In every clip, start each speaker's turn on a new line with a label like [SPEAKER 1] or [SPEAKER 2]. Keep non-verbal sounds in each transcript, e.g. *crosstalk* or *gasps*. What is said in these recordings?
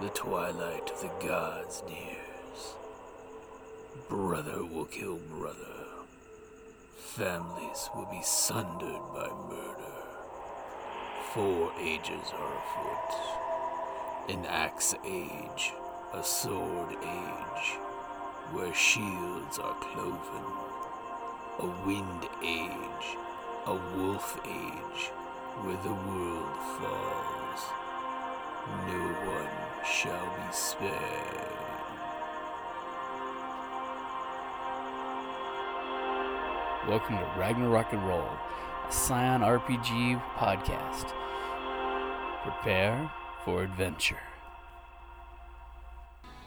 [SPEAKER 1] the twilight of the gods nears, brother will kill brother. Families will be sundered by murder. Four ages are afoot an axe age, a sword age, where shields are cloven, a wind age, a wolf age, where the world falls. No one shall be spared.
[SPEAKER 2] Welcome to Ragnarok and Roll, a Scion RPG podcast. Prepare for adventure.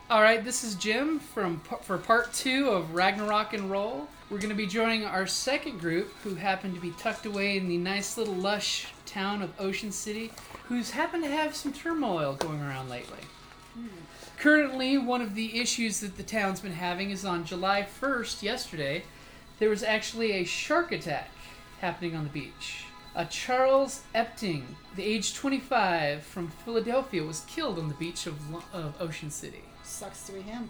[SPEAKER 3] All right, this is Jim from for part two of Ragnarok and Roll. We're going to be joining our second group, who happen to be tucked away in the nice little lush town of Ocean City, who's happened to have some turmoil going around lately. Currently, one of the issues that the town's been having is on July 1st, yesterday, there was actually a shark attack happening on the beach. A Charles Epting, the age 25 from Philadelphia, was killed on the beach of, Lo- of Ocean City.
[SPEAKER 4] Sucks to be him.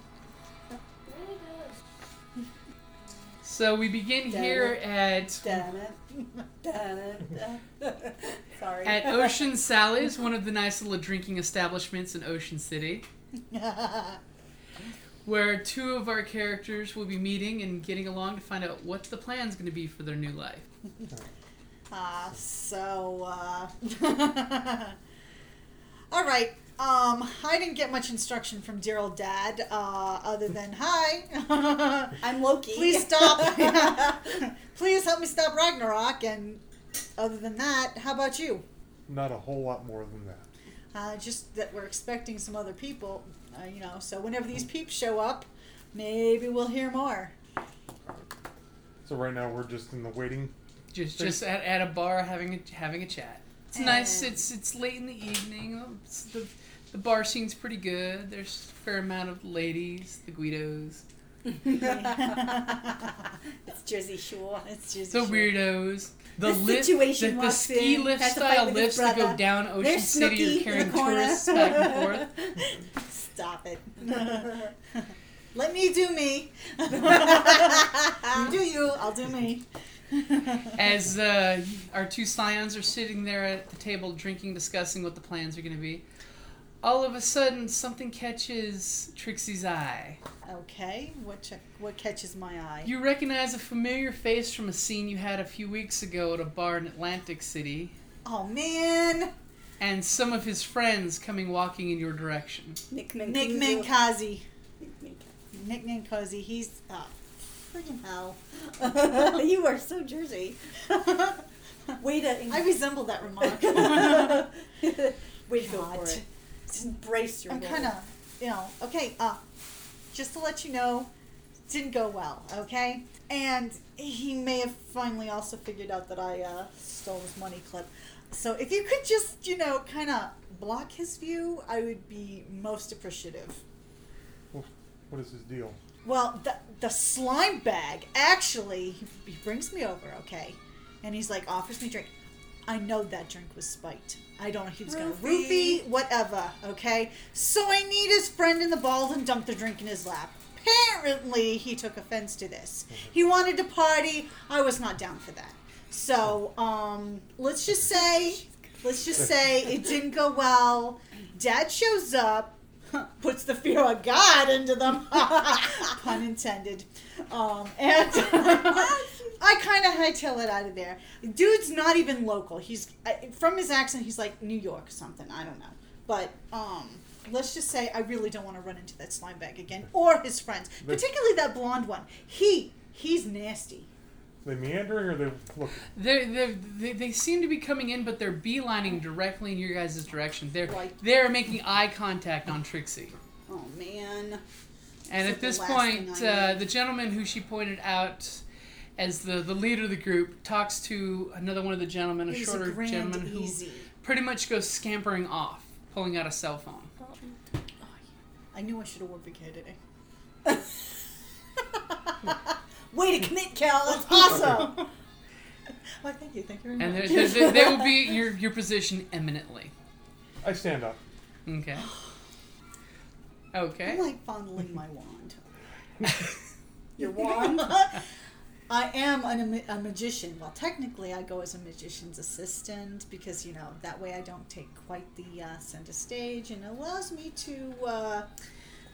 [SPEAKER 3] So we begin
[SPEAKER 4] Dun,
[SPEAKER 3] here at
[SPEAKER 4] Dun, dun,
[SPEAKER 5] *laughs*
[SPEAKER 4] dun, dun. *laughs* Sorry.
[SPEAKER 3] at Ocean Sally's, one of the nice little drinking establishments in Ocean City, where two of our characters will be meeting and getting along to find out what the plan's going to be for their new life.
[SPEAKER 4] uh, so, uh, *laughs* all right. Um, I didn't get much instruction from dear old dad, uh, other than hi. *laughs*
[SPEAKER 5] I'm Loki.
[SPEAKER 4] Please
[SPEAKER 5] *laughs*
[SPEAKER 4] stop. *laughs* Please help me stop Ragnarok. And other than that, how about you?
[SPEAKER 6] Not a whole lot more than that.
[SPEAKER 4] Uh, just that we're expecting some other people, uh, you know. So whenever these peeps show up, maybe we'll hear more.
[SPEAKER 6] So right now we're just in the waiting.
[SPEAKER 3] Just just at, at a bar having a, having a chat. It's nice.
[SPEAKER 4] And-
[SPEAKER 3] It's it's late in the evening. Oh, It's the the bar scene's pretty good. There's a fair amount of ladies, the Guidos,
[SPEAKER 4] *laughs*
[SPEAKER 5] it's Jersey Shore.
[SPEAKER 4] It's just
[SPEAKER 3] the weirdos, the,
[SPEAKER 5] The
[SPEAKER 3] lift,
[SPEAKER 5] situation
[SPEAKER 3] the, the
[SPEAKER 5] walks
[SPEAKER 3] ski
[SPEAKER 5] in,
[SPEAKER 3] lift
[SPEAKER 5] has to fight
[SPEAKER 3] style
[SPEAKER 5] with his
[SPEAKER 3] lifts that go
[SPEAKER 5] brother.
[SPEAKER 3] down Ocean
[SPEAKER 5] There's
[SPEAKER 3] City
[SPEAKER 5] Snooki
[SPEAKER 3] are
[SPEAKER 5] in the
[SPEAKER 3] carrying
[SPEAKER 5] corner.
[SPEAKER 3] tourists back and
[SPEAKER 5] *laughs*
[SPEAKER 3] forth.
[SPEAKER 4] *laughs*
[SPEAKER 3] *laughs*
[SPEAKER 4] Stop it. Let me do me. you do you, I'll
[SPEAKER 3] *laughs*
[SPEAKER 4] do me.
[SPEAKER 3] As uh, our two scions are sitting there at the table drinking, discussing what the plans are going to be, all of a sudden something catches Trixie's eye.
[SPEAKER 4] Okay, what check, what catches my eye?
[SPEAKER 3] You recognize a familiar face from a scene you had a few weeks ago at a bar in Atlantic City,
[SPEAKER 4] oh man,
[SPEAKER 3] and some of his friends coming walking in your direction.
[SPEAKER 5] Nick
[SPEAKER 4] Nick Mankazi. Nick Mankazi, he's oh, freaking hell.
[SPEAKER 3] *laughs*
[SPEAKER 4] *laughs*
[SPEAKER 5] *laughs* you are so Jersey. *laughs* Way to
[SPEAKER 4] I resemble that remark.
[SPEAKER 5] *laughs* Way to go
[SPEAKER 4] God.
[SPEAKER 5] for it. Just embrace your
[SPEAKER 4] I'm
[SPEAKER 5] role.
[SPEAKER 4] kind of, you know, okay, uh, just to let you know, didn't go well, okay? And he may have finally also figured out that I uh, stole his money clip. So if you could just, you know, kind of block his view, I would be most appreciative.
[SPEAKER 6] What is his deal?
[SPEAKER 4] Well, the, the slime bag, actually, he, he brings me over, okay? And he's like, offers me drink. I know that drink was spiked. I don't know if he was going to
[SPEAKER 5] Roofie.
[SPEAKER 4] roofie, whatever, okay? So I need his friend in the balls and dump the drink in his lap. Apparently, he took offense to this. He wanted to party. I was not down for that. So, um, let's just say, let's just say it didn't go well. Dad shows up, *laughs* puts the fear of God into them, *laughs* pun intended. Um, and *laughs* I kind of hightail it out of there. Dude's not even local. He's I- from his accent. He's like New York or something. I don't know. But um, let's just say I really don't want to run into that slime bag again or his friends,
[SPEAKER 6] But-
[SPEAKER 4] particularly that blonde one. He he's nasty.
[SPEAKER 6] They meandering or they look?
[SPEAKER 3] They're, they're, they they seem to be coming in, but they're beelining directly in your guys' direction. They're
[SPEAKER 4] Right.
[SPEAKER 3] they're making eye contact on Trixie.
[SPEAKER 5] Oh man.
[SPEAKER 3] And
[SPEAKER 4] So
[SPEAKER 3] at
[SPEAKER 4] the
[SPEAKER 3] this
[SPEAKER 4] last
[SPEAKER 3] point,
[SPEAKER 4] thing I
[SPEAKER 3] uh, the gentleman who she pointed out as the, the leader of the group talks to another one of the gentlemen, a
[SPEAKER 4] He's a
[SPEAKER 3] shorter
[SPEAKER 4] grand
[SPEAKER 3] gentleman who
[SPEAKER 4] easy.
[SPEAKER 3] pretty much goes scampering off, pulling out a cell phone.
[SPEAKER 4] I knew I should have worn big hair *laughs* today.
[SPEAKER 5] Way to commit,
[SPEAKER 3] *laughs*
[SPEAKER 5] Cal. *laughs*
[SPEAKER 4] That's awesome. *laughs* Why, thank you, thank you very much.
[SPEAKER 3] And they're, they're, they they will be at your, your position eminently.
[SPEAKER 4] *gasps*
[SPEAKER 6] I stand up.
[SPEAKER 3] Okay. Okay.
[SPEAKER 4] *laughs* I'm like fondling my wand. *laughs*
[SPEAKER 5] Your wand?
[SPEAKER 4] I am an, ama- a magician. Well, technically, I go as a magician's assistant because, you know, that way I don't take quite the uh, center stage and allows me to uh,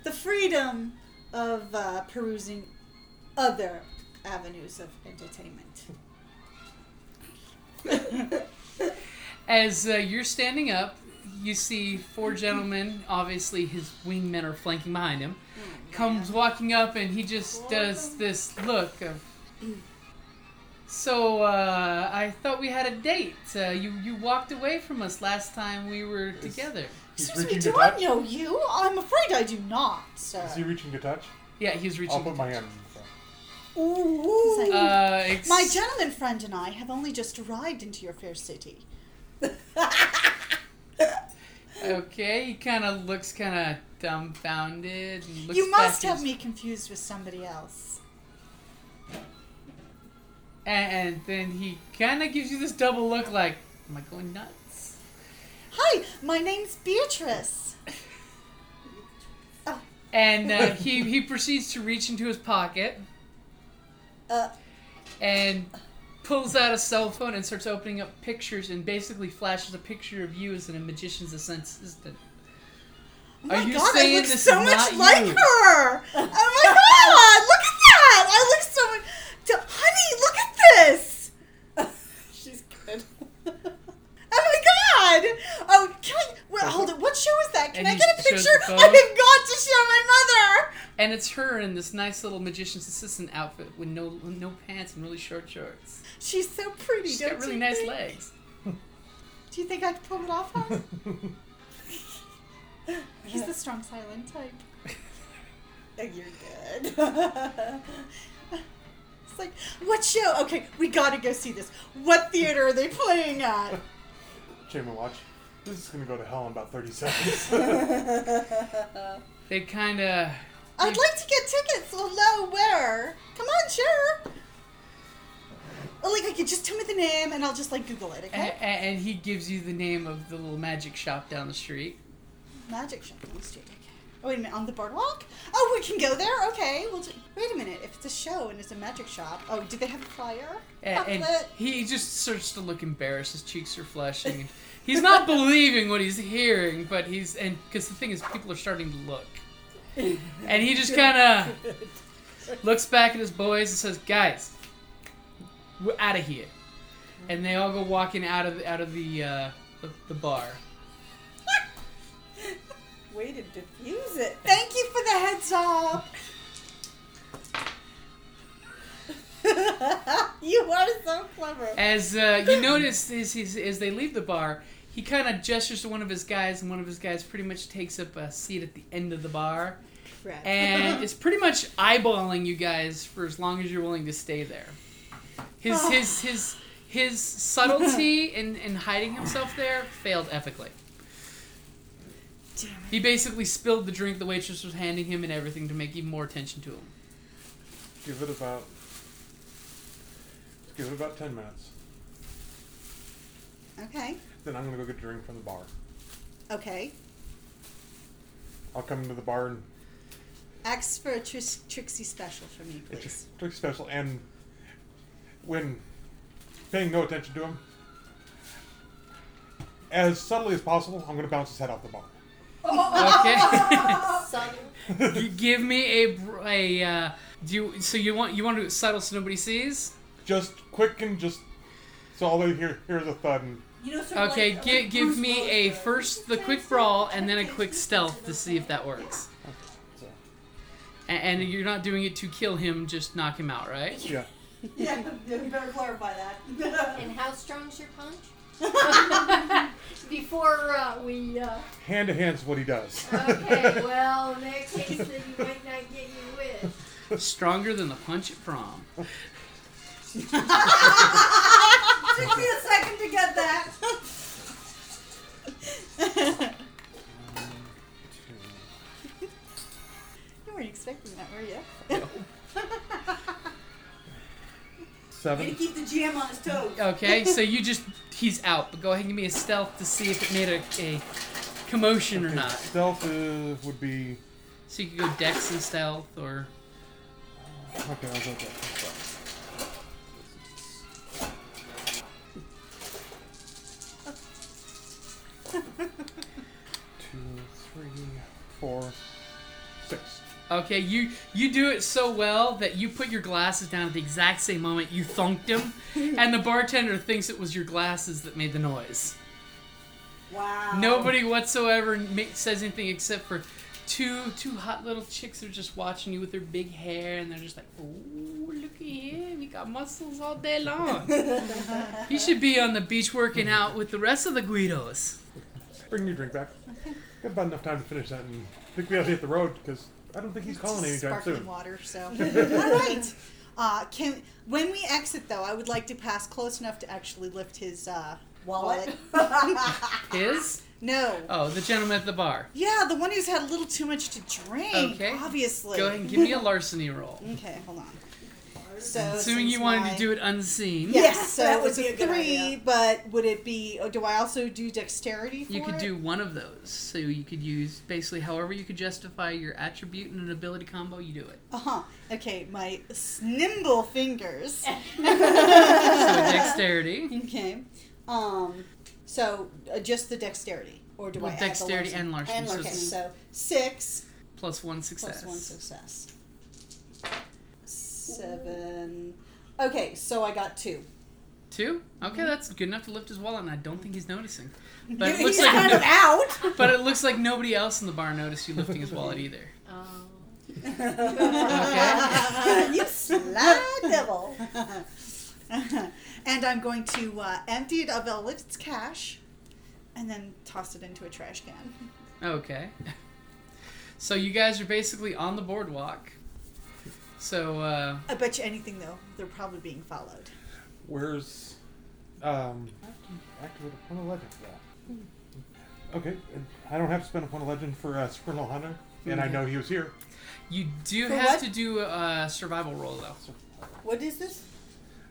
[SPEAKER 4] the freedom of uh, perusing other avenues of
[SPEAKER 6] *laughs*
[SPEAKER 4] entertainment.
[SPEAKER 3] As uh, you're standing up, you see four gentlemen. Obviously, his wingmen are flanking behind him. Comes walking up, and he just does this look of. So uh, I thought we had a date. Uh, you you walked away from us last time we were together.
[SPEAKER 6] He's
[SPEAKER 4] Excuse me,
[SPEAKER 6] to
[SPEAKER 4] do I
[SPEAKER 6] touch.
[SPEAKER 4] know you? I'm afraid I do not, sir.
[SPEAKER 6] Is he reaching to touch?
[SPEAKER 3] Yeah, he's reaching.
[SPEAKER 6] I'll put my hand in the front.
[SPEAKER 4] Ooh.
[SPEAKER 3] Uh, ex-
[SPEAKER 4] My gentleman friend and I have only just arrived into your fair city.
[SPEAKER 3] okay, he kind of looks kind of dumbfounded. and looks
[SPEAKER 4] you must
[SPEAKER 3] back at
[SPEAKER 4] have
[SPEAKER 3] his-
[SPEAKER 4] me confused with somebody else.
[SPEAKER 3] And, and then he kind of gives you this double look, like, "Am I going nuts?"
[SPEAKER 4] Hi, my name's Beatrice.
[SPEAKER 3] And uh, he he proceeds to reach into his pocket
[SPEAKER 4] Uh,
[SPEAKER 3] and pulls out a cell phone and starts opening up pictures and basically flashes a picture of you as a magician's assistant.
[SPEAKER 4] oh my
[SPEAKER 3] Are you
[SPEAKER 4] god,
[SPEAKER 3] saying
[SPEAKER 4] I look
[SPEAKER 3] this
[SPEAKER 4] so
[SPEAKER 3] is
[SPEAKER 4] much
[SPEAKER 3] not
[SPEAKER 4] like
[SPEAKER 3] you?
[SPEAKER 4] her. Oh my god, look at that. I look so much. D- honey, look at this.
[SPEAKER 5] She's good.
[SPEAKER 4] Oh my god. Oh, can I? Wait, hold it. What show is that? Can
[SPEAKER 3] And
[SPEAKER 4] I
[SPEAKER 3] he
[SPEAKER 4] get a
[SPEAKER 3] shows
[SPEAKER 4] picture?
[SPEAKER 3] the
[SPEAKER 4] I have
[SPEAKER 3] phone.
[SPEAKER 4] got to show my mother.
[SPEAKER 3] And it's her in this nice little magician's assistant outfit with no with no pants and really short
[SPEAKER 4] *laughs*
[SPEAKER 3] shorts.
[SPEAKER 4] She's so pretty.
[SPEAKER 3] She's
[SPEAKER 4] don't
[SPEAKER 3] got really
[SPEAKER 4] you
[SPEAKER 3] nice
[SPEAKER 4] think?
[SPEAKER 3] legs.
[SPEAKER 4] Do you think I could pull it off?
[SPEAKER 3] *laughs*
[SPEAKER 4] Hon?
[SPEAKER 6] *laughs*
[SPEAKER 4] He's the strong, silent type.
[SPEAKER 5] You're good.
[SPEAKER 4] It's like, what show? Okay, we gotta go see this. What theater are they playing at?
[SPEAKER 6] Chamber watch. This is gonna go to hell in about
[SPEAKER 4] *laughs*
[SPEAKER 6] 30 seconds.
[SPEAKER 3] They kind of
[SPEAKER 4] I'd like to get tickets. Hello, where? Come on, sure. Or like, I could just tell me the name and I'll just like Google it.
[SPEAKER 3] and,
[SPEAKER 4] Okay,
[SPEAKER 3] and he gives you the name of the little magic shop down the street.
[SPEAKER 4] Magic Shop on the street. Okay. Oh wait a minute, on the boardwalk? Oh, we can go there. Okay. Well, ju- wait a minute. If it's a show and it's a magic shop, oh, do they have a flyer?
[SPEAKER 3] And, and
[SPEAKER 4] Pamphlet?
[SPEAKER 3] he just starts to look embarrassed. His cheeks are flushing. He's not believing what he's hearing, but he's and because the thing is, people are starting to look, and he just kind of looks back at his boys and says, "Guys, we're out of here," and they all go walking out of out of the uh, the, the bar.
[SPEAKER 5] Way to diffuse it.
[SPEAKER 4] Thank you for the heads up. *laughs*
[SPEAKER 5] you are so clever.
[SPEAKER 3] As uh, you notice, as, as, as they leave the bar, he kind of gestures to one of his guys, and one of his guys pretty much takes up a seat at the end of the bar.
[SPEAKER 4] Crap.
[SPEAKER 3] and it's pretty much eyeballing you guys for as long as you're willing to stay there. His his his his subtlety in, in hiding himself there failed epically.
[SPEAKER 4] Damn it.
[SPEAKER 3] He basically spilled the drink the waitress was handing him and everything to make even more attention to him.
[SPEAKER 6] give it about. Give it about 10 minutes.
[SPEAKER 4] Okay.
[SPEAKER 6] Then I'm gonna go get a drink from the bar.
[SPEAKER 4] Okay.
[SPEAKER 6] I'll come into the bar and
[SPEAKER 4] Ask for a tris- Trixie special for me,
[SPEAKER 6] it's
[SPEAKER 4] please.
[SPEAKER 6] a drink special. And when paying no attention to him, as subtly as possible, I'm gonna bounce his head off the bar.
[SPEAKER 3] Okay,
[SPEAKER 5] Subtle.
[SPEAKER 3] you give me a br- a uh, do you so you want you want to do it subtle so nobody sees.
[SPEAKER 6] Just quick and just. So all they hear hear is a thud and
[SPEAKER 5] You know, sort of
[SPEAKER 3] Okay,
[SPEAKER 5] like,
[SPEAKER 3] gi-
[SPEAKER 5] like
[SPEAKER 3] give
[SPEAKER 5] Bruce
[SPEAKER 3] me
[SPEAKER 5] Willis
[SPEAKER 3] a
[SPEAKER 5] does.
[SPEAKER 3] first the quick brawl and then a quick stealth to see if that works.
[SPEAKER 6] so
[SPEAKER 3] A- And you're not doing it to kill him, just knock him out,
[SPEAKER 5] *laughs*
[SPEAKER 3] right?
[SPEAKER 6] yeah.
[SPEAKER 5] Yeah, you better clarify that.
[SPEAKER 7] And how strong's your *laughs* punch? Before uh, we. Uh,
[SPEAKER 6] Hand to hand's what he does.
[SPEAKER 7] *laughs* okay, well, in that case, then you might not get your
[SPEAKER 5] *laughs*
[SPEAKER 7] wish.
[SPEAKER 3] Stronger than the punch at prom.
[SPEAKER 5] Took me a second to get that.
[SPEAKER 4] You weren't expecting that, were you?
[SPEAKER 5] Way to
[SPEAKER 6] Seven.
[SPEAKER 5] keep the GM on his toes.
[SPEAKER 3] Okay, so you just he's out, but go ahead and give me a stealth to see if it made a, a commotion or not.
[SPEAKER 6] Stealth uh, would be
[SPEAKER 3] So you could go dex and stealth, or
[SPEAKER 6] Okay, I'll go get *laughs* Two, three, four, six.
[SPEAKER 3] okay, you you do it so well that you put your glasses down at the exact same moment you thunked him, and the bartender thinks it was your glasses that made the noise.
[SPEAKER 5] Wow.
[SPEAKER 3] Nobody whatsoever ma- says anything except for two two hot little chicks are just watching you with their big hair, and they're just like, "Oh, look at him! He got muscles all day long. he should be on the beach working out with the rest of the Guidos."
[SPEAKER 6] Bring your drink back. Got about enough time to finish that, and I think we have to hit the road because I don't think he's calling
[SPEAKER 4] It's
[SPEAKER 6] anytime
[SPEAKER 4] sparkling
[SPEAKER 6] soon.
[SPEAKER 4] water. So,
[SPEAKER 6] *laughs*
[SPEAKER 4] all right. Uh, can when we exit though, I would like to pass close enough to actually lift his uh, wallet.
[SPEAKER 5] Wallet?
[SPEAKER 3] His?
[SPEAKER 4] *laughs* no.
[SPEAKER 3] Oh, the gentleman at the bar.
[SPEAKER 4] Yeah, the one who's had a little too much to drink.
[SPEAKER 3] Okay.
[SPEAKER 4] Obviously.
[SPEAKER 3] Go ahead and give me a larceny roll.
[SPEAKER 4] Okay, hold on. So
[SPEAKER 3] Assuming you wanted to do it unseen,
[SPEAKER 4] Yes,
[SPEAKER 5] Yeah,
[SPEAKER 4] so
[SPEAKER 5] that
[SPEAKER 4] it
[SPEAKER 5] would
[SPEAKER 4] was
[SPEAKER 5] be
[SPEAKER 4] a
[SPEAKER 5] a good
[SPEAKER 4] three,
[SPEAKER 5] idea.
[SPEAKER 4] but would it be? Oh, do I also do dexterity? For
[SPEAKER 3] you could
[SPEAKER 4] it?
[SPEAKER 3] do one of those. So you could use basically however you could justify your attribute and an ability combo, you
[SPEAKER 5] *laughs*
[SPEAKER 3] do it.
[SPEAKER 4] Uh huh. Okay, my nimble
[SPEAKER 3] *laughs*
[SPEAKER 4] fingers. *laughs*
[SPEAKER 3] So dexterity.
[SPEAKER 4] Okay. Um. So uh, just the dexterity, or do
[SPEAKER 3] Well,
[SPEAKER 4] I add the
[SPEAKER 3] dexterity and larceny,
[SPEAKER 4] And
[SPEAKER 3] so
[SPEAKER 4] larceny.
[SPEAKER 3] it's-
[SPEAKER 4] So six
[SPEAKER 3] Plus one
[SPEAKER 4] plus
[SPEAKER 3] success.
[SPEAKER 4] one success. Seven. Okay, so I got two.
[SPEAKER 3] Two? Okay,
[SPEAKER 5] Mm-hmm.
[SPEAKER 3] that's good enough to lift his wallet, and I don't think he's noticing. But
[SPEAKER 4] *laughs*
[SPEAKER 3] it looks
[SPEAKER 4] He's
[SPEAKER 3] like
[SPEAKER 4] kind of out.
[SPEAKER 3] but it looks like nobody else in the bar noticed you lifting his
[SPEAKER 5] *laughs*
[SPEAKER 3] wallet either.
[SPEAKER 7] Oh.
[SPEAKER 3] Okay.
[SPEAKER 4] you
[SPEAKER 5] Sly devil.
[SPEAKER 4] and I'm going to uh, empty it of all its cash, and then toss it into a trash can.
[SPEAKER 3] Okay. So you guys are basically on the boardwalk. So uh,
[SPEAKER 4] I bet you anything though, they're probably being followed.
[SPEAKER 6] Where's um? I have to activate a point of legend for that. Okay, and I don't have to spend a point of legend for uh, Super Little Hunter, and
[SPEAKER 4] Mm-hmm.
[SPEAKER 6] I know he was here.
[SPEAKER 3] you do
[SPEAKER 5] For
[SPEAKER 3] have
[SPEAKER 5] what?
[SPEAKER 3] to do a survival roll though.
[SPEAKER 6] So,
[SPEAKER 5] *laughs* What is this?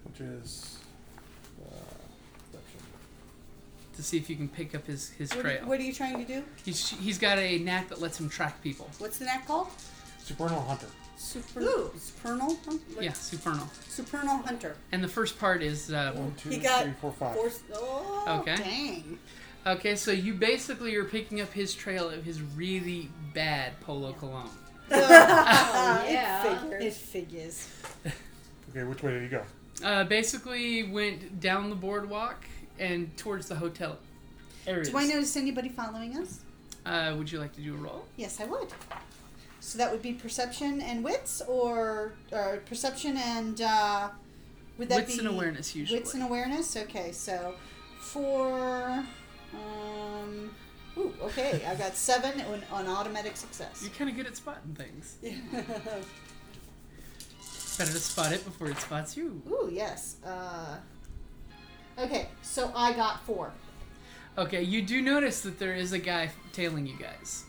[SPEAKER 6] which is uh, perception.
[SPEAKER 3] to see if you can pick up his his
[SPEAKER 5] What,
[SPEAKER 3] trail.
[SPEAKER 5] what are you trying to do?
[SPEAKER 3] He's he's got a knack that lets him track people.
[SPEAKER 5] What's the nap called?
[SPEAKER 6] Supernal Hunter.
[SPEAKER 5] Super.
[SPEAKER 4] Ooh.
[SPEAKER 5] Supernal? Hun- like,
[SPEAKER 3] Yeah, supernal.
[SPEAKER 5] Supernal hunter.
[SPEAKER 3] And the first part is uh,
[SPEAKER 6] One, two,
[SPEAKER 5] He got
[SPEAKER 6] three, four, five.
[SPEAKER 5] Four, oh.
[SPEAKER 3] okay.
[SPEAKER 4] Dang.
[SPEAKER 3] Okay, so you basically are picking up his trail of his really bad polo cologne.
[SPEAKER 5] Ah,
[SPEAKER 7] Oh, yeah.
[SPEAKER 4] It figures.
[SPEAKER 6] Okay, which way
[SPEAKER 4] *laughs*
[SPEAKER 6] did he go?
[SPEAKER 3] Uh, basically went down the boardwalk and towards the hotel. Areas.
[SPEAKER 4] Do I notice anybody following us?
[SPEAKER 3] Uh, would you like to do a roll?
[SPEAKER 4] Yes, I would. So that would be perception and wits, or, or perception and uh, would that
[SPEAKER 3] Wits
[SPEAKER 4] be
[SPEAKER 3] and awareness usually.
[SPEAKER 4] Wits and awareness. Okay, so for um, ooh, okay, I've got seven on, on automatic success.
[SPEAKER 3] You're kind of good at spotting things.
[SPEAKER 5] Yeah.
[SPEAKER 3] Better to spot it before it spots you.
[SPEAKER 4] Ooh, yes. Uh, okay, so I got four.
[SPEAKER 3] Okay, you do notice that there is a guy tailing you guys.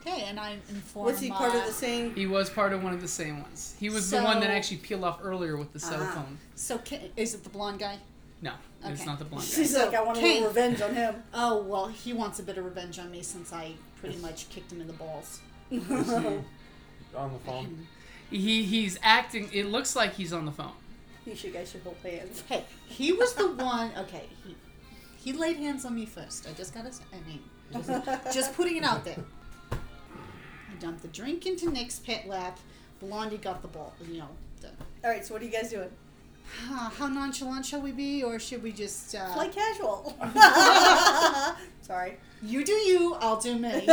[SPEAKER 4] Okay, and I informed.
[SPEAKER 5] Was he part of the same?
[SPEAKER 3] He was part of one of the same ones. He was the one that
[SPEAKER 4] So-
[SPEAKER 3] actually peeled off earlier with the cell
[SPEAKER 5] Ah.
[SPEAKER 3] phone.
[SPEAKER 4] So ca is it the blonde guy?
[SPEAKER 3] No, it's
[SPEAKER 4] Okay.
[SPEAKER 3] not the
[SPEAKER 4] *laughs*
[SPEAKER 3] blonde guy.
[SPEAKER 5] She's like, I want a
[SPEAKER 4] Kane.
[SPEAKER 5] little revenge on him.
[SPEAKER 4] Oh well, he wants a bit of revenge on me since I pretty much kicked him in the balls.
[SPEAKER 6] Is he on the
[SPEAKER 4] *laughs*
[SPEAKER 6] phone?
[SPEAKER 3] He he's acting. It looks like he's on the phone.
[SPEAKER 5] You should guys should hold hands.
[SPEAKER 4] Hey, he was the one. Okay, he he laid hands on me first. I just gotta. say- I mean, just putting it out there. I dumped the drink into Nick's pet lap. Blondie got the ball. You know, the,
[SPEAKER 5] All right, so what are you guys doing?
[SPEAKER 4] Huh, how nonchalant shall we be, or should we just uh,
[SPEAKER 5] Like *laughs* casual. Sorry.
[SPEAKER 4] you do you, I'll do me.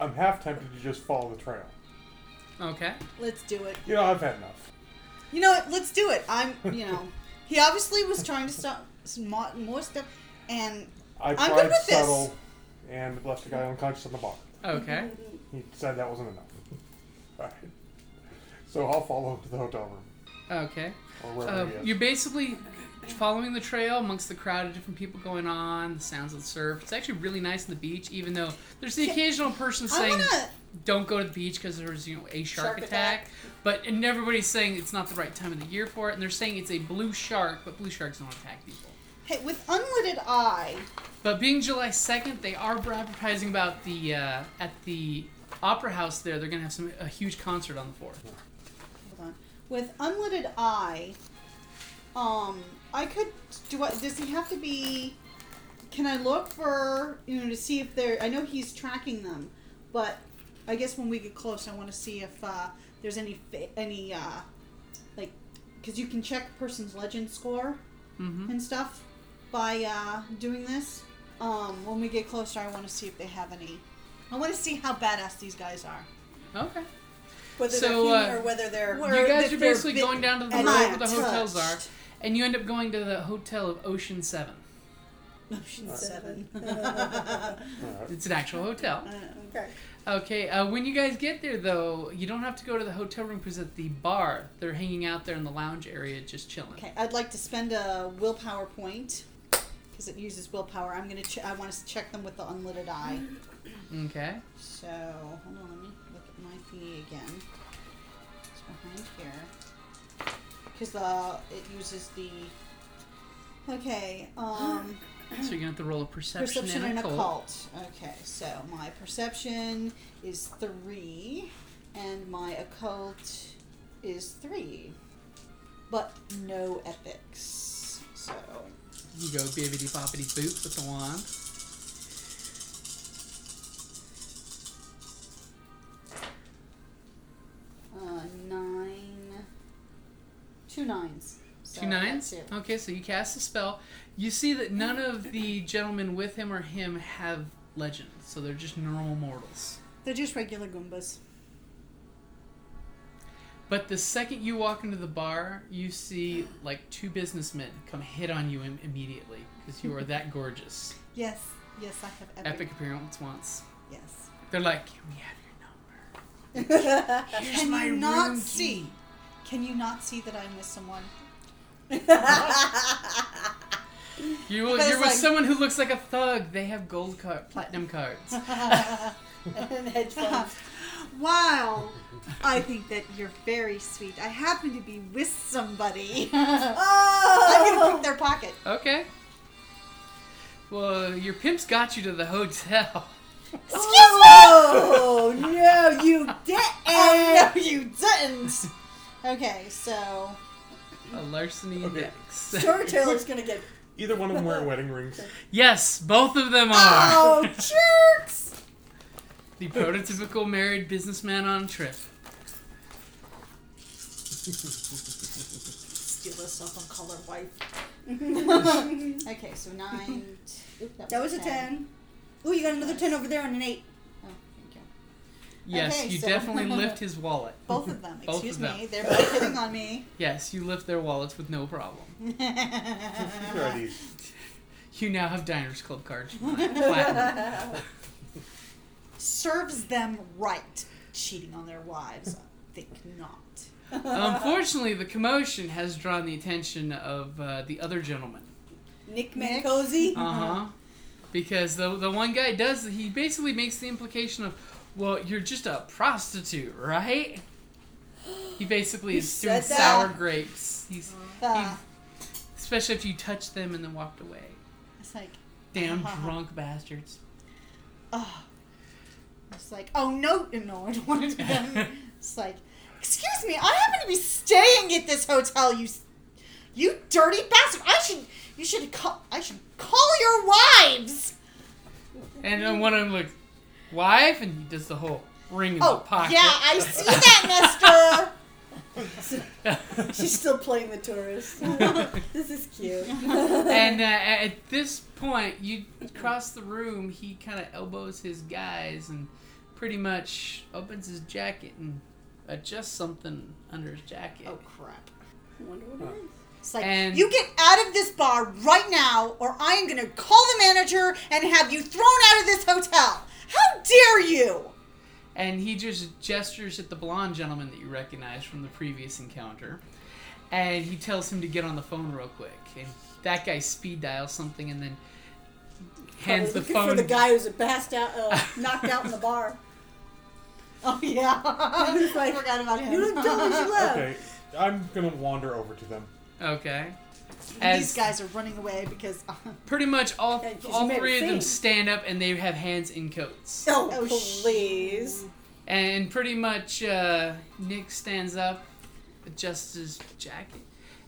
[SPEAKER 6] I'm half tempted to just follow the trail.
[SPEAKER 3] Okay.
[SPEAKER 4] let's do it.
[SPEAKER 6] You know, I've had enough.
[SPEAKER 4] You know what? Let's do it. I'm. You know, he obviously was trying to stop some mo- more stuff, and
[SPEAKER 6] I
[SPEAKER 4] I'm
[SPEAKER 6] tried
[SPEAKER 4] good with this.
[SPEAKER 6] subtle and left the guy unconscious on the bar.
[SPEAKER 3] Okay.
[SPEAKER 6] He said that wasn't enough. *laughs* Alright. So I'll follow him to the hotel room.
[SPEAKER 3] Okay.
[SPEAKER 6] Or wherever
[SPEAKER 3] Uh,
[SPEAKER 6] he is.
[SPEAKER 3] you're basically following the trail amongst the crowd of different people going on, the sounds of the surf. It's actually really nice on the beach, even though there's the occasional person
[SPEAKER 4] I
[SPEAKER 3] saying,
[SPEAKER 4] wanna.
[SPEAKER 3] "Don't go to the beach because there's you know a shark,
[SPEAKER 5] Shark
[SPEAKER 3] attack.
[SPEAKER 5] attack.
[SPEAKER 3] But and everybody's saying it's not the right time of the year for it, and they're saying it's a blue shark, but blue sharks don't attack people.
[SPEAKER 4] Hey, with unlidded eye,
[SPEAKER 3] But being July 2nd, they are advertising about the uh, at the opera house there. They're gonna have some a huge concert on the 4th.
[SPEAKER 4] hold on. With unlidded eye, um, I could do. I, does he have to be? Can I look for you know to see if they're? I know he's tracking them, but I guess when we get close, I want to see if uh, there's any fa- any uh, like because you can check a person's legend score
[SPEAKER 3] Mm-hmm.
[SPEAKER 4] and stuff by uh, doing this. Um, when we get closer, I want to see if they have any. I want to see how badass these guys are.
[SPEAKER 3] Okay.
[SPEAKER 5] Whether
[SPEAKER 3] So,
[SPEAKER 5] they're human
[SPEAKER 3] uh,
[SPEAKER 5] or whether they're
[SPEAKER 4] Or
[SPEAKER 3] you guys
[SPEAKER 4] if
[SPEAKER 3] are
[SPEAKER 4] they're
[SPEAKER 3] basically
[SPEAKER 4] bit
[SPEAKER 3] going down to the road
[SPEAKER 4] and
[SPEAKER 3] where the
[SPEAKER 4] not
[SPEAKER 3] hotels are,
[SPEAKER 4] touched.
[SPEAKER 3] and you end up going to the hotel of Ocean Seven.
[SPEAKER 4] Ocean Seven. Uh,
[SPEAKER 6] Alright.
[SPEAKER 3] It's an actual hotel.
[SPEAKER 5] okay.
[SPEAKER 3] Okay. Uh, when you guys get there, though, you don't have to go to the hotel room because at the bar, they're hanging out there in the lounge area, just chilling.
[SPEAKER 4] okay, I'd like to spend a willpower point because it uses willpower. I'm gonna. Ch- I want to check them with the unlidded eye.
[SPEAKER 3] Okay.
[SPEAKER 4] So hold on, let me look at my thingy again. It's behind here because the it uses the. Okay. Um.
[SPEAKER 3] So you're gonna have to roll a perception,
[SPEAKER 4] Perception
[SPEAKER 3] and
[SPEAKER 4] and
[SPEAKER 3] a cult.
[SPEAKER 4] occult. Okay, so my perception is three, and my occult is three, but no ethics. So
[SPEAKER 3] You go bibbity boppity boop with the wand.
[SPEAKER 4] uh, nine, two nines. So
[SPEAKER 3] Two nines?
[SPEAKER 4] Uh, that's it.
[SPEAKER 3] Okay, so you cast a spell. You see that none of the gentlemen with him or him have legend, so they're just normal mortals.
[SPEAKER 4] They're just regular goombas.
[SPEAKER 3] But the second you walk into the bar, you see like two businessmen come hit on you Im- immediately because you are that
[SPEAKER 4] *laughs*
[SPEAKER 3] gorgeous.
[SPEAKER 4] Yes, yes, I have epic.
[SPEAKER 3] Epic appearance once.
[SPEAKER 4] Yes.
[SPEAKER 3] They're like, we have your number. Here's
[SPEAKER 4] Can
[SPEAKER 3] my
[SPEAKER 4] you not
[SPEAKER 3] room
[SPEAKER 4] see?
[SPEAKER 3] key."
[SPEAKER 4] Can you not see that I'm with someone?
[SPEAKER 3] You, you're
[SPEAKER 4] Because,
[SPEAKER 3] with
[SPEAKER 4] like-
[SPEAKER 3] someone who looks like a thug. They have gold card, platinum
[SPEAKER 4] *laughs*
[SPEAKER 3] cards.
[SPEAKER 5] and *laughs* hedge funds.
[SPEAKER 4] Wow, I think that you're very sweet. I happen to be with
[SPEAKER 5] *laughs*
[SPEAKER 4] somebody. I'm gonna
[SPEAKER 5] Oh!
[SPEAKER 4] pick their pocket.
[SPEAKER 3] Okay. Well, your pimp's got you to the hotel.
[SPEAKER 5] *laughs* Oh, no, you didn't!
[SPEAKER 4] Oh no, you didn't. Okay, so
[SPEAKER 3] A larceny
[SPEAKER 6] Okay.
[SPEAKER 3] index.
[SPEAKER 5] Storyteller's gonna get.
[SPEAKER 6] Either one of them
[SPEAKER 4] *laughs*
[SPEAKER 6] wearing wedding rings.
[SPEAKER 4] Uh-huh.
[SPEAKER 3] yes, both of them are.
[SPEAKER 5] Oh, jerks!
[SPEAKER 3] The prototypical married businessman on a trip.
[SPEAKER 4] steal a cell phone call her wife. okay, so nine. Oop,
[SPEAKER 5] That was a 10. Ooh, you got another 10 over there on an 8.
[SPEAKER 4] Oh, thank you.
[SPEAKER 3] Yes,
[SPEAKER 4] Okay,
[SPEAKER 3] you
[SPEAKER 4] so-
[SPEAKER 3] definitely lift his wallet.
[SPEAKER 4] Both of them.
[SPEAKER 3] Both
[SPEAKER 4] Excuse
[SPEAKER 3] of them.
[SPEAKER 4] me, they're both hitting on me. *laughs*
[SPEAKER 3] Yes, you lift their wallets with no problem.
[SPEAKER 6] Alrighty.
[SPEAKER 3] You now have Diners Club cards. Platinum.
[SPEAKER 4] Serves them right. Cheating on their wives, I think not.
[SPEAKER 3] Unfortunately, the commotion has drawn the attention of uh, the other gentleman.
[SPEAKER 5] Nick
[SPEAKER 4] Nick?
[SPEAKER 5] Mancozy. *laughs*
[SPEAKER 3] Uh huh. Because the the one guy does he basically makes the implication of, well, you're just a prostitute, right? He basically is doing
[SPEAKER 5] said
[SPEAKER 3] sour
[SPEAKER 5] that? Uh-huh.
[SPEAKER 3] grapes. He's
[SPEAKER 4] Uh,
[SPEAKER 3] especially if you touch them and then walked away.
[SPEAKER 4] it's like,
[SPEAKER 3] Damn
[SPEAKER 5] Uh-huh.
[SPEAKER 3] drunk bastards.
[SPEAKER 4] oh, it's like, oh no, no, I don't want to do that. it's like, excuse me, I happen to be staying at this hotel. You, s- you dirty bastard! I should, you should call, I should call your wives.
[SPEAKER 3] And then one of them like, wife, and he does the whole ring in the
[SPEAKER 4] Oh,
[SPEAKER 3] pocket.
[SPEAKER 4] yeah, I see that,
[SPEAKER 3] *laughs*
[SPEAKER 4] Mister.
[SPEAKER 5] She's still playing the tourist. *laughs*
[SPEAKER 3] *laughs*
[SPEAKER 5] this is *laughs* cute.
[SPEAKER 3] and uh, at this point, you cross the room. He kind of elbows his guys and pretty much opens his jacket and adjusts something under his jacket.
[SPEAKER 4] oh crap!
[SPEAKER 5] wonder what it is.
[SPEAKER 4] It's like,
[SPEAKER 3] And-
[SPEAKER 4] you get out of this bar right now, or I am going to call the manager and have you thrown out of this hotel. How dare you?
[SPEAKER 3] And he just gestures at the blonde gentleman that you recognize from the previous encounter. And he tells him to get on the phone real quick. And that guy speed dials something and then hands the
[SPEAKER 5] Probably Oh, looking
[SPEAKER 3] phone.
[SPEAKER 5] for the guy who's passed out, *laughs* uh, knocked out in the bar.
[SPEAKER 4] Oh yeah, *laughs* I forgot about him.
[SPEAKER 5] You look dumb as you left.
[SPEAKER 6] Okay. I'm gonna wander over to them.
[SPEAKER 3] Okay. As-
[SPEAKER 4] These guys are running away because. *laughs*
[SPEAKER 3] Pretty much all
[SPEAKER 5] Yeah, just
[SPEAKER 3] all
[SPEAKER 5] made a
[SPEAKER 3] three of them
[SPEAKER 5] scene.
[SPEAKER 3] stand up and they have hands in coats.
[SPEAKER 5] Oh,
[SPEAKER 4] Oh,
[SPEAKER 5] please.
[SPEAKER 3] And pretty much uh, Nick stands up, adjusts his jacket,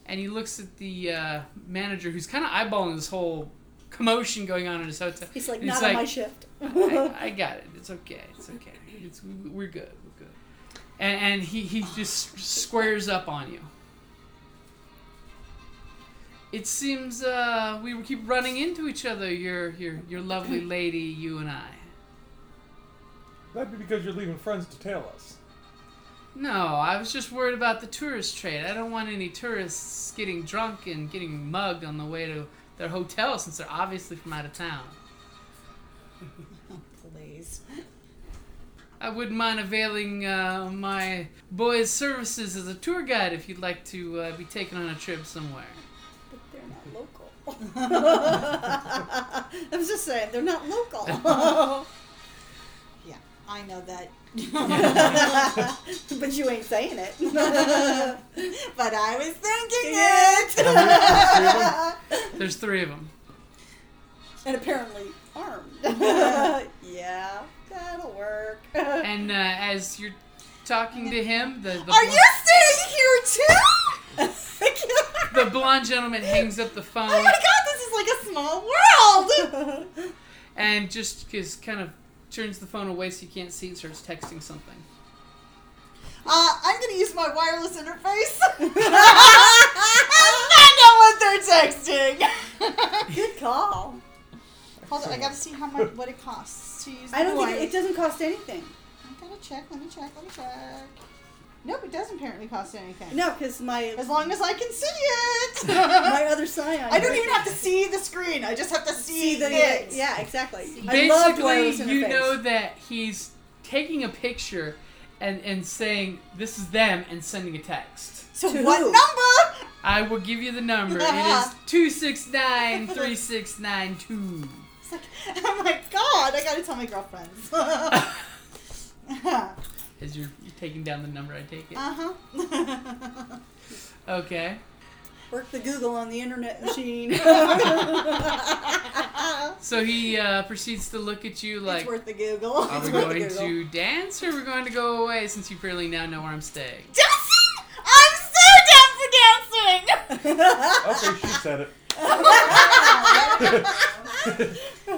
[SPEAKER 3] and he looks at the uh, manager who's kind of eyeballing this whole commotion going on in his hotel.
[SPEAKER 5] He's like,
[SPEAKER 3] And
[SPEAKER 5] not
[SPEAKER 3] he's
[SPEAKER 5] on my
[SPEAKER 3] like,
[SPEAKER 5] *laughs* shift.
[SPEAKER 3] I, I got it. It's okay. It's okay. It's, we- we're good. We're good. And, and he, he just squares up on you. It seems uh, we keep running into each other. Your your your lovely lady, you and I.
[SPEAKER 6] That'd be because you're leaving friends to tail us.
[SPEAKER 3] No, I was just worried about the tourist trade. I don't want any tourists getting drunk and getting mugged on the way to their hotel since they're obviously from out of town.
[SPEAKER 4] Please.
[SPEAKER 3] I wouldn't mind availing uh, my boy's services as a tour guide if you'd like to uh, be taken on a trip somewhere.
[SPEAKER 5] But they're not local. *laughs*
[SPEAKER 4] I was just saying, they're not local. yeah, I know that.
[SPEAKER 5] *laughs* but you ain't saying it. *laughs*
[SPEAKER 4] but I was thinking it.
[SPEAKER 3] There's three of them.
[SPEAKER 5] *laughs* and apparently
[SPEAKER 4] *laughs*
[SPEAKER 5] armed.
[SPEAKER 4] yeah, that'll *laughs* work.
[SPEAKER 3] And uh, as you're talking to him, the, the,
[SPEAKER 4] Are
[SPEAKER 3] blonde,
[SPEAKER 4] you sitting
[SPEAKER 5] *laughs*
[SPEAKER 4] here too?
[SPEAKER 3] the blonde gentleman hangs up the
[SPEAKER 4] oh
[SPEAKER 3] phone
[SPEAKER 4] my god, this is like a small world. *laughs*
[SPEAKER 3] and just is kind of turns the phone away so you can't see and starts texting something.
[SPEAKER 4] Uh, I'm gonna use my wireless interface. *laughs* I know what they're texting. *laughs*
[SPEAKER 5] Good call.
[SPEAKER 4] Hold on, I gotta see how much what it costs to use.
[SPEAKER 5] I don't
[SPEAKER 4] the
[SPEAKER 5] think it, it
[SPEAKER 4] wire.
[SPEAKER 5] doesn't cost anything.
[SPEAKER 4] I gotta check. Let me check. Let me check. Nope, it doesn't apparently cost anything.
[SPEAKER 5] No, because my
[SPEAKER 4] As long as I can see
[SPEAKER 5] *laughs*
[SPEAKER 4] it. *laughs*
[SPEAKER 5] my other scion.
[SPEAKER 4] I don't even have to see the screen. I just have to see,
[SPEAKER 5] see the
[SPEAKER 4] it.
[SPEAKER 5] yeah exactly. I loved wireless
[SPEAKER 3] Basically,
[SPEAKER 5] interface.
[SPEAKER 3] you know that he's taking a picture and, and saying, This is them, and sending a text.
[SPEAKER 4] So
[SPEAKER 5] To
[SPEAKER 4] what
[SPEAKER 5] who?
[SPEAKER 4] number? *laughs*
[SPEAKER 3] I will give you the number. it is 269 3692.
[SPEAKER 4] It's like, oh my god, I gotta tell my girlfriends. uh
[SPEAKER 3] As you're you're taking down the number, I take it.
[SPEAKER 4] *laughs* huh.
[SPEAKER 3] Okay.
[SPEAKER 5] work the Google on the
[SPEAKER 3] *laughs*
[SPEAKER 5] internet machine. *laughs*
[SPEAKER 3] So he uh, proceeds to look at you like,
[SPEAKER 4] it's worth the Google.
[SPEAKER 3] Are
[SPEAKER 4] It's
[SPEAKER 3] we
[SPEAKER 4] worth the
[SPEAKER 3] going
[SPEAKER 4] Google.
[SPEAKER 3] to dance or are we going to go away since you clearly now know where I'm staying?
[SPEAKER 4] Dancing? I'm so down for dancing!
[SPEAKER 6] Okay, she said it.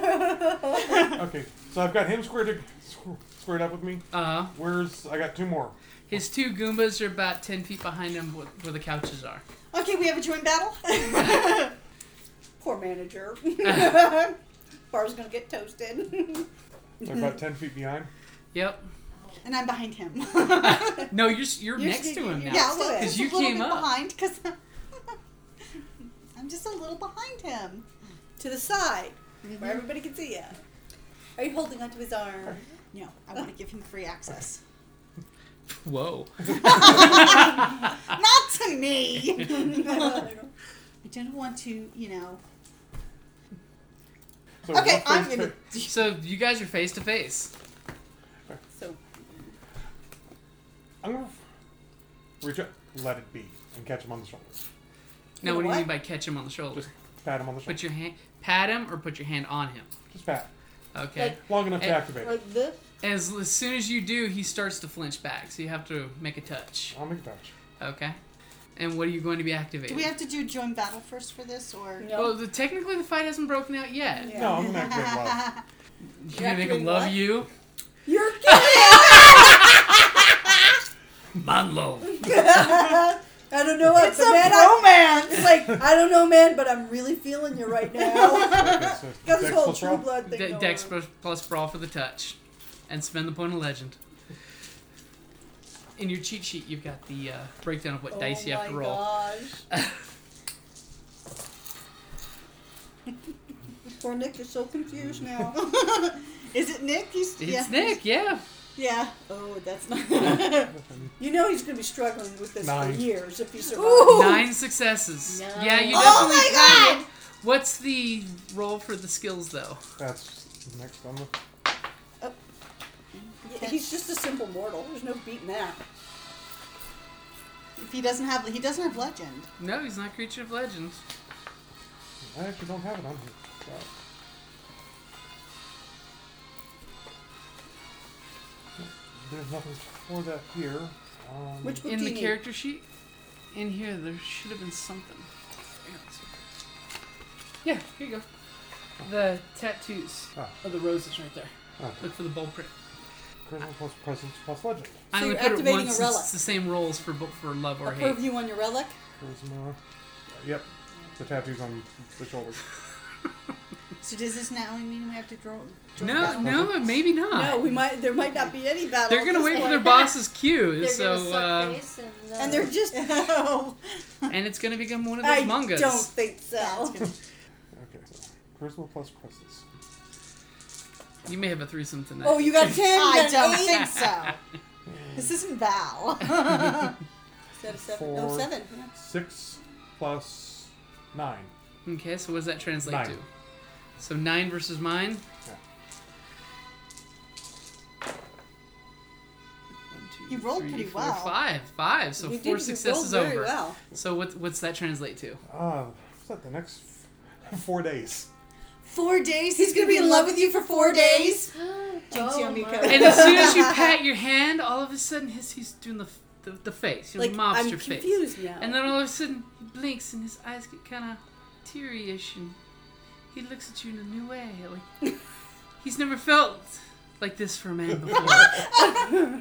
[SPEAKER 6] okay, so I've got him squared squ- squared up with me.
[SPEAKER 3] Uh huh.
[SPEAKER 6] Where's I got two more.
[SPEAKER 3] His two Goombas are about 10 feet behind him wh- where the couches are.
[SPEAKER 4] okay, we have a joint battle.
[SPEAKER 5] Poor manager.
[SPEAKER 3] *laughs*
[SPEAKER 5] *laughs* Bar's gonna get toasted. *laughs*
[SPEAKER 6] I'm about ten feet behind.
[SPEAKER 3] Yep.
[SPEAKER 4] *laughs* and I'm behind him. *laughs*
[SPEAKER 3] No, you're, s- you're,
[SPEAKER 5] You're
[SPEAKER 3] next to
[SPEAKER 5] sneaking
[SPEAKER 3] him
[SPEAKER 5] in.
[SPEAKER 3] now.
[SPEAKER 4] yeah,
[SPEAKER 5] still
[SPEAKER 4] well,
[SPEAKER 5] is.
[SPEAKER 4] just
[SPEAKER 3] You
[SPEAKER 4] a little
[SPEAKER 3] came
[SPEAKER 4] bit
[SPEAKER 3] up.
[SPEAKER 4] behind because *laughs* I'm just a little behind him.
[SPEAKER 5] to the side
[SPEAKER 3] Mm-hmm.
[SPEAKER 5] where everybody can see you. Are you holding onto his arm?
[SPEAKER 4] No, I want to give him free
[SPEAKER 3] *laughs*
[SPEAKER 4] access.
[SPEAKER 3] Whoa. Ah.
[SPEAKER 4] Not to
[SPEAKER 3] *laughs*
[SPEAKER 4] me.
[SPEAKER 5] Wait,
[SPEAKER 4] I don't want to, you know.
[SPEAKER 6] So
[SPEAKER 4] Okay,
[SPEAKER 6] one
[SPEAKER 4] I'm
[SPEAKER 6] face
[SPEAKER 4] gonna.
[SPEAKER 3] So you guys are face to face.
[SPEAKER 6] I'm gonna reach up, let it be, and catch him on the shoulder.
[SPEAKER 3] Now, what, do
[SPEAKER 5] Wait,
[SPEAKER 3] you
[SPEAKER 5] what?
[SPEAKER 3] mean by catch him on the shoulder?
[SPEAKER 6] Just pat him on the shoulder.
[SPEAKER 3] Put your hand, pat him, or put your hand on him.
[SPEAKER 6] Just pat.
[SPEAKER 3] Okay.
[SPEAKER 6] Long enough to
[SPEAKER 3] Eh,
[SPEAKER 6] activate. it.
[SPEAKER 5] like this?
[SPEAKER 3] As as soon as you do, he starts to flinch back, so you have to make a touch.
[SPEAKER 6] I'll make a touch.
[SPEAKER 3] Okay. And what are you going to be activating?
[SPEAKER 4] Do we have to do joint battle first for this, or?
[SPEAKER 3] Well, the, technically the fight hasn't broken out yet.
[SPEAKER 5] Yeah.
[SPEAKER 6] No, I'm gonna activate love.
[SPEAKER 3] You're gonna make him
[SPEAKER 5] Activating
[SPEAKER 3] love
[SPEAKER 5] what?
[SPEAKER 3] you.
[SPEAKER 5] You're
[SPEAKER 3] *laughs*
[SPEAKER 5] kidding! *laughs*
[SPEAKER 1] Manlo.
[SPEAKER 5] I don't know what,
[SPEAKER 4] It's
[SPEAKER 5] but
[SPEAKER 4] a
[SPEAKER 5] man, I-
[SPEAKER 4] romance.
[SPEAKER 5] it's like, I don't know, man, but I'm really feeling you
[SPEAKER 3] *laughs*
[SPEAKER 4] *laughs*
[SPEAKER 5] right now.
[SPEAKER 6] Okay, so
[SPEAKER 5] Got this
[SPEAKER 6] Dex
[SPEAKER 5] whole
[SPEAKER 6] plus
[SPEAKER 5] True
[SPEAKER 6] roll.
[SPEAKER 5] Blood thing
[SPEAKER 3] De-
[SPEAKER 5] going
[SPEAKER 3] Dex
[SPEAKER 5] on.
[SPEAKER 3] plus, plus brawl for the touch, and spend the point of legend. In your cheat sheet, you've got the uh, breakdown of what
[SPEAKER 5] Oh
[SPEAKER 3] dice you have to
[SPEAKER 5] my
[SPEAKER 3] roll.
[SPEAKER 5] gosh. *laughs* Poor Nick is so
[SPEAKER 3] *laughs*
[SPEAKER 5] confused now.
[SPEAKER 4] Is it Nick? He's,
[SPEAKER 3] It's
[SPEAKER 4] yeah.
[SPEAKER 3] Nick, yeah.
[SPEAKER 4] Yeah. Oh, that's not.
[SPEAKER 5] You know he's going to be struggling with this
[SPEAKER 6] Nine.
[SPEAKER 5] for years if he survives.
[SPEAKER 4] Ooh.
[SPEAKER 5] *laughs*
[SPEAKER 3] Nine successes.
[SPEAKER 5] Nice.
[SPEAKER 3] Yeah, you definitely.
[SPEAKER 4] Oh my
[SPEAKER 3] got it. What's the roll for the skills though?
[SPEAKER 6] That's next on the.
[SPEAKER 5] Yeah, He's just a simple mortal. There's no beating that.
[SPEAKER 4] if he doesn't have, he doesn't have legend.
[SPEAKER 3] No, he's not creature of legend.
[SPEAKER 6] I actually don't have it on here. Wow. There's nothing for that here. Um,
[SPEAKER 5] Which book
[SPEAKER 3] In
[SPEAKER 5] do
[SPEAKER 3] the
[SPEAKER 5] you need?
[SPEAKER 3] character sheet, in here, there should have been something. Yeah, here you go. The tattoos
[SPEAKER 6] Ah.
[SPEAKER 3] of Oh, the roses right there.
[SPEAKER 6] okay.
[SPEAKER 3] Look for the bold print.
[SPEAKER 6] Charisma plus presence plus legend.
[SPEAKER 3] I
[SPEAKER 5] you're
[SPEAKER 3] only put it
[SPEAKER 5] activating
[SPEAKER 3] once.
[SPEAKER 5] a
[SPEAKER 3] since
[SPEAKER 5] relic.
[SPEAKER 3] It's the same rolls for bo- for love
[SPEAKER 5] A
[SPEAKER 3] or hate.
[SPEAKER 5] purview on your relic.
[SPEAKER 6] Charisma. uh, Yep. The tattoos on the shoulders.
[SPEAKER 4] So does this now mean we have to draw?
[SPEAKER 3] No, no, maybe not.
[SPEAKER 5] No, we might. There might not be any battle.
[SPEAKER 3] They're gonna
[SPEAKER 5] at this
[SPEAKER 3] wait for
[SPEAKER 5] point. *laughs*
[SPEAKER 3] their boss's cue,
[SPEAKER 7] *laughs* They're
[SPEAKER 3] so
[SPEAKER 7] gonna suck
[SPEAKER 3] uh,
[SPEAKER 7] face and, uh,
[SPEAKER 5] And
[SPEAKER 7] *gasps*
[SPEAKER 5] they're just. *laughs*
[SPEAKER 4] Oh.
[SPEAKER 3] and it's gonna become one of those
[SPEAKER 5] I
[SPEAKER 3] mangas.
[SPEAKER 5] don't think so.
[SPEAKER 6] Okay. So charisma plus presence.
[SPEAKER 3] You may have a threesome tonight.
[SPEAKER 5] Oh, you got a ten.
[SPEAKER 4] *laughs*
[SPEAKER 5] You
[SPEAKER 4] I
[SPEAKER 5] got
[SPEAKER 4] don't
[SPEAKER 5] an
[SPEAKER 3] *laughs*
[SPEAKER 4] think
[SPEAKER 5] eight.
[SPEAKER 4] so. This isn't Val.
[SPEAKER 5] Instead of seven. No,
[SPEAKER 6] Four.
[SPEAKER 5] seven. yeah.
[SPEAKER 6] Six plus nine.
[SPEAKER 3] Okay, so what does that translate
[SPEAKER 6] Nine.
[SPEAKER 3] to? So nine versus mine.
[SPEAKER 6] Yeah.
[SPEAKER 3] One, two,
[SPEAKER 4] You rolled
[SPEAKER 3] three,
[SPEAKER 4] pretty
[SPEAKER 3] four,
[SPEAKER 4] well.
[SPEAKER 3] Five, five. So
[SPEAKER 5] You
[SPEAKER 3] four
[SPEAKER 5] did- you
[SPEAKER 3] successes
[SPEAKER 5] rolled very
[SPEAKER 3] over.
[SPEAKER 5] well.
[SPEAKER 3] So what, what's that translate to?
[SPEAKER 6] Uh, what's that? The next *laughs* f- four days. *laughs*
[SPEAKER 4] Four days.
[SPEAKER 5] He's gonna be in love with you for four days.
[SPEAKER 7] oh,
[SPEAKER 5] Yummy
[SPEAKER 7] my-
[SPEAKER 5] coat.
[SPEAKER 3] And as soon
[SPEAKER 5] *laughs*
[SPEAKER 3] as you pat your hand, all of a sudden his, he's doing the, f- the the face, you know,
[SPEAKER 5] Like
[SPEAKER 3] the
[SPEAKER 5] I'm
[SPEAKER 3] mobster face.
[SPEAKER 5] confused now. *laughs*
[SPEAKER 3] And then all of a sudden he blinks and his eyes get kind of teary-ish, and he looks at you in a new way. Like
[SPEAKER 5] *laughs*
[SPEAKER 3] he's never felt like this for a man before.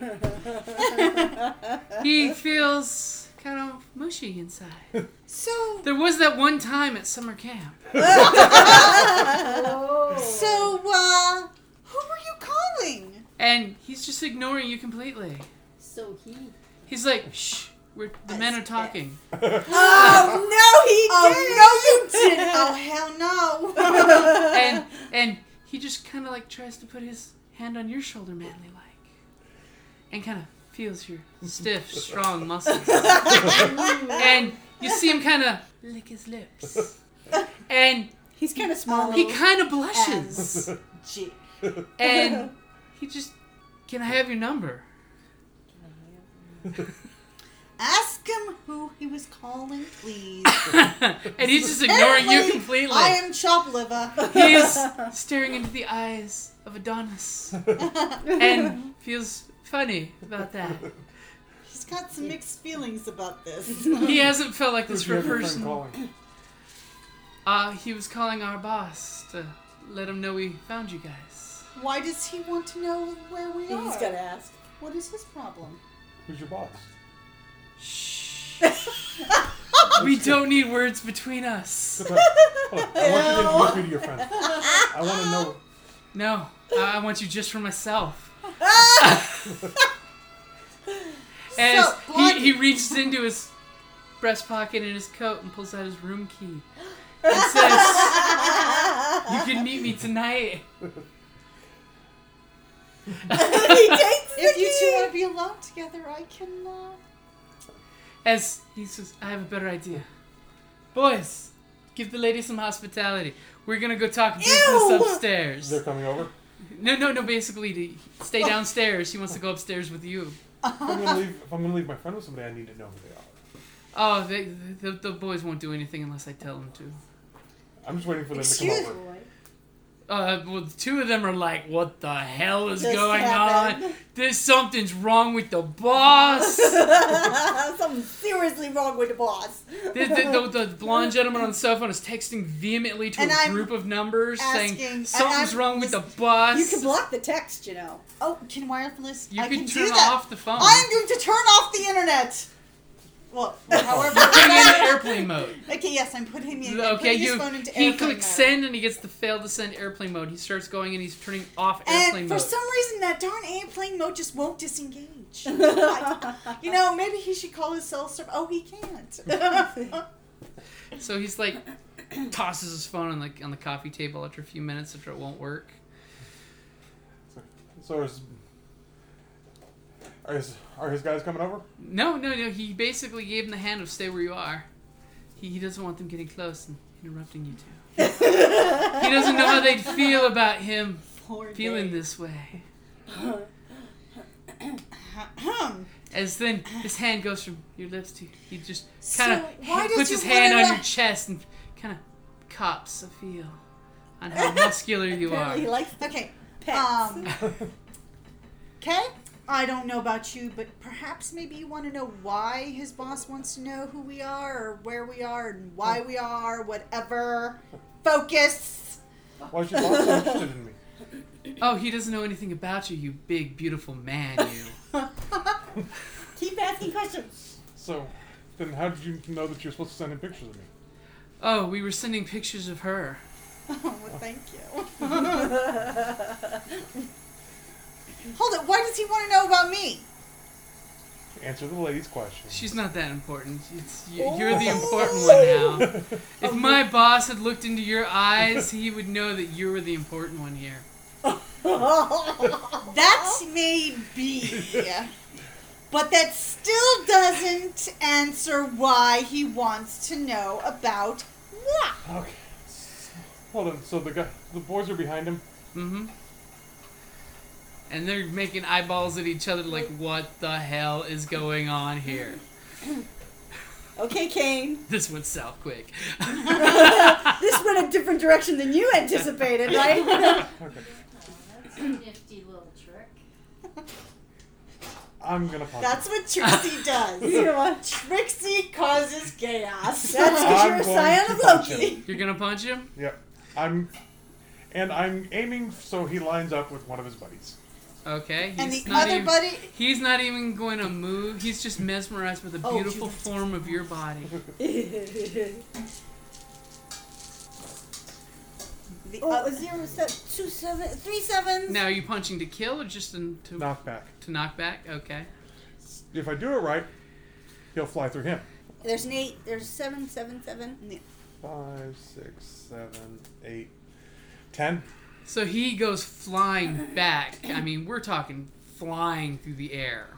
[SPEAKER 3] he feels kind of mushy inside.
[SPEAKER 4] So,
[SPEAKER 3] There was that one time at summer camp.
[SPEAKER 5] *laughs*
[SPEAKER 7] Oh.
[SPEAKER 4] so, uh, who were you calling?
[SPEAKER 3] And he's just ignoring you completely.
[SPEAKER 7] So he.
[SPEAKER 3] He's like, shh, we're, the men are
[SPEAKER 7] *laughs*
[SPEAKER 3] talking.
[SPEAKER 4] *laughs* Oh no, he oh, did. Oh no, you didn't. Oh
[SPEAKER 3] *laughs*
[SPEAKER 4] hell no.
[SPEAKER 3] And and he just kind of like tries to put his hand on your shoulder, manly like, and kind of feels your stiff, strong muscles. and you see him kind of lick his lips. And
[SPEAKER 5] *laughs* He's kind of small.
[SPEAKER 3] he kind of blushes.
[SPEAKER 4] Gee. *laughs*
[SPEAKER 3] And he just, can I have your number?
[SPEAKER 4] Ask him who he was calling, please.
[SPEAKER 3] and he's just *laughs* ignoring you
[SPEAKER 4] Apparently,
[SPEAKER 3] completely.
[SPEAKER 4] I am chop liver.
[SPEAKER 3] He is
[SPEAKER 4] *laughs*
[SPEAKER 3] staring into the eyes of Adonis and feels funny about that.
[SPEAKER 4] He's got some mixed feelings
[SPEAKER 3] *laughs*
[SPEAKER 4] about this.
[SPEAKER 3] He hasn't felt like this
[SPEAKER 6] Who
[SPEAKER 3] for a
[SPEAKER 6] do you have your friend
[SPEAKER 3] person.
[SPEAKER 6] calling?
[SPEAKER 3] Uh, he was calling our boss to let him know we found you *laughs* guys.
[SPEAKER 4] Why does he want to know where we are?
[SPEAKER 5] He's gotta ask.
[SPEAKER 4] What is his problem?
[SPEAKER 6] Who's your boss?
[SPEAKER 3] Shh. we don't need words between us.
[SPEAKER 6] Look, I want you to introduce me to your friend. I want to know.
[SPEAKER 3] No, uh, I I want you just for myself. As
[SPEAKER 4] So,
[SPEAKER 3] he,
[SPEAKER 4] Blondie-
[SPEAKER 3] he reaches into his breast pocket in his coat and pulls out his room key and says, You can meet me tonight.
[SPEAKER 5] *laughs* he takes the
[SPEAKER 4] If you two
[SPEAKER 5] key.
[SPEAKER 4] want to be alone together, I can. Uh...
[SPEAKER 3] *laughs*
[SPEAKER 4] *laughs*
[SPEAKER 3] As he says, I have a better idea. Boys, give the lady some hospitality. We're gonna go talk business
[SPEAKER 5] Ew!
[SPEAKER 3] upstairs.
[SPEAKER 6] They're coming over.
[SPEAKER 3] No, no, no, basically, to stay downstairs. He wants to go upstairs with you.
[SPEAKER 6] If I'm gonna leave. If I'm gonna leave my friend with somebody, I need to know who they are.
[SPEAKER 3] Oh, they, the, the boys won't do anything unless I tell them to.
[SPEAKER 6] I'm just waiting for them to
[SPEAKER 4] Excuse-
[SPEAKER 6] come over.
[SPEAKER 3] Uh, well, the two of them are like, "What the hell is
[SPEAKER 5] This
[SPEAKER 3] going
[SPEAKER 5] happened."
[SPEAKER 3] on? There's something's wrong with the
[SPEAKER 4] *laughs*
[SPEAKER 3] boss." the,
[SPEAKER 5] Something seriously wrong with the boss.
[SPEAKER 3] the, the, the blonde gentleman on the cell phone is texting vehemently to
[SPEAKER 4] And
[SPEAKER 3] a
[SPEAKER 4] I'm
[SPEAKER 3] group of numbers,
[SPEAKER 4] asking-
[SPEAKER 3] saying
[SPEAKER 4] and
[SPEAKER 3] something's
[SPEAKER 4] I'm
[SPEAKER 3] wrong with the
[SPEAKER 4] just-
[SPEAKER 3] boss.
[SPEAKER 5] You can block the text, you know.
[SPEAKER 4] Oh, can wireless?
[SPEAKER 3] You
[SPEAKER 4] I
[SPEAKER 3] can
[SPEAKER 4] can
[SPEAKER 3] turn
[SPEAKER 4] do that.
[SPEAKER 3] off the phone.
[SPEAKER 4] I am going to turn off the internet. Well, however.
[SPEAKER 3] Putting it in airplane mode.
[SPEAKER 4] *laughs* Okay, yes, I'm putting him in. I'm
[SPEAKER 3] Okay,
[SPEAKER 4] putting his
[SPEAKER 3] you.
[SPEAKER 4] phone into
[SPEAKER 3] He
[SPEAKER 4] airplane
[SPEAKER 3] clicks
[SPEAKER 4] mode.
[SPEAKER 3] send and he gets the fail to send airplane mode. He starts going and he's turning off airplane
[SPEAKER 4] And for
[SPEAKER 3] mode.
[SPEAKER 4] some reason, that darn airplane mode just won't disengage.
[SPEAKER 5] *laughs*
[SPEAKER 4] I- you know, maybe he should call his cell service. Oh, he can't.
[SPEAKER 5] *laughs*
[SPEAKER 3] So he's like tosses his phone on the on the coffee table after a few minutes after it won't work.
[SPEAKER 6] So is are his, are his guys coming
[SPEAKER 5] *laughs*
[SPEAKER 6] over?
[SPEAKER 3] No, no, no. He basically gave him the hand of stay where you are. He, he doesn't want them getting close and interrupting you two. he doesn't know how they'd feel about him
[SPEAKER 4] Poor
[SPEAKER 3] feeling
[SPEAKER 4] Dave.
[SPEAKER 3] this way.
[SPEAKER 4] Ahem.
[SPEAKER 3] As then his hand goes from your lips to he just
[SPEAKER 4] So
[SPEAKER 3] kind of
[SPEAKER 4] why did
[SPEAKER 3] puts
[SPEAKER 4] you
[SPEAKER 3] his hand on
[SPEAKER 4] wanna-
[SPEAKER 3] your chest and kind of cops a feel on how muscular
[SPEAKER 4] *laughs*
[SPEAKER 3] you are.
[SPEAKER 5] Apparently he likes the
[SPEAKER 4] Okay.
[SPEAKER 5] pets.
[SPEAKER 4] Um, okay. I don't know about you, but perhaps maybe you want to know why his boss wants to know who we are or where we are and
[SPEAKER 5] Oh.
[SPEAKER 4] why we are, whatever. Focus.
[SPEAKER 6] Why is your boss so interested in me?
[SPEAKER 3] Oh, he doesn't know anything about you, you big, beautiful man,
[SPEAKER 4] *laughs*
[SPEAKER 3] you.
[SPEAKER 5] Keep asking questions.
[SPEAKER 6] So, then how did you know that you're supposed to send him pictures of me?
[SPEAKER 3] Oh, we were sending pictures of her.
[SPEAKER 4] Oh, well, *laughs* thank you. Hold it. Why does he want to know about me?
[SPEAKER 6] Answer the lady's question. *laughs*
[SPEAKER 3] She's not that important. It's, you, you're the important one now. If my boss had looked into your eyes, he would know that you were the important one here.
[SPEAKER 4] That's maybe. But that still doesn't answer why he wants to know about what.
[SPEAKER 6] Okay. Hold on. So the guy, the boys are behind him.
[SPEAKER 3] Mm-hmm. And they're making eyeballs at each other like, what the hell is going on here?
[SPEAKER 5] Okay, Kane.
[SPEAKER 3] *laughs* This went south
[SPEAKER 4] *laughs*
[SPEAKER 3] quick.
[SPEAKER 5] *laughs* This went a different direction than you *laughs* anticipated, right?
[SPEAKER 6] Okay.
[SPEAKER 7] That's a nifty little trick.
[SPEAKER 6] I'm gonna pause.
[SPEAKER 4] That's what Trixie does.
[SPEAKER 5] you know what?
[SPEAKER 4] Trixie causes chaos.
[SPEAKER 5] That's because
[SPEAKER 6] I'm
[SPEAKER 5] you're a
[SPEAKER 6] going
[SPEAKER 5] scion
[SPEAKER 6] to
[SPEAKER 5] of
[SPEAKER 6] punch
[SPEAKER 5] Loki.
[SPEAKER 6] him.
[SPEAKER 3] You're gonna punch him?
[SPEAKER 6] Yep. I'm, and I'm aiming so he lines up with one of his buddies.
[SPEAKER 3] Okay.
[SPEAKER 4] and
[SPEAKER 3] he's
[SPEAKER 4] the
[SPEAKER 3] not
[SPEAKER 4] other
[SPEAKER 3] even-
[SPEAKER 4] buddy,
[SPEAKER 5] *laughs*
[SPEAKER 3] He's not even going to move. He's just mesmerized with the
[SPEAKER 5] Oh,
[SPEAKER 3] beautiful
[SPEAKER 5] you-
[SPEAKER 3] form of your
[SPEAKER 4] *laughs*
[SPEAKER 3] body.
[SPEAKER 4] the
[SPEAKER 5] oh,
[SPEAKER 4] oth-
[SPEAKER 5] zero seven, two seven, three sevens.
[SPEAKER 3] Now, are you punching to kill or just in, to
[SPEAKER 6] Knock back.
[SPEAKER 3] to knock back? Okay.
[SPEAKER 6] If I do it right, he'll fly through him.
[SPEAKER 5] There's an eight. There's seven, seven, seven.
[SPEAKER 6] Five, six, seven, eight, ten.
[SPEAKER 3] So he goes flying back. I mean, we're talking flying through the air.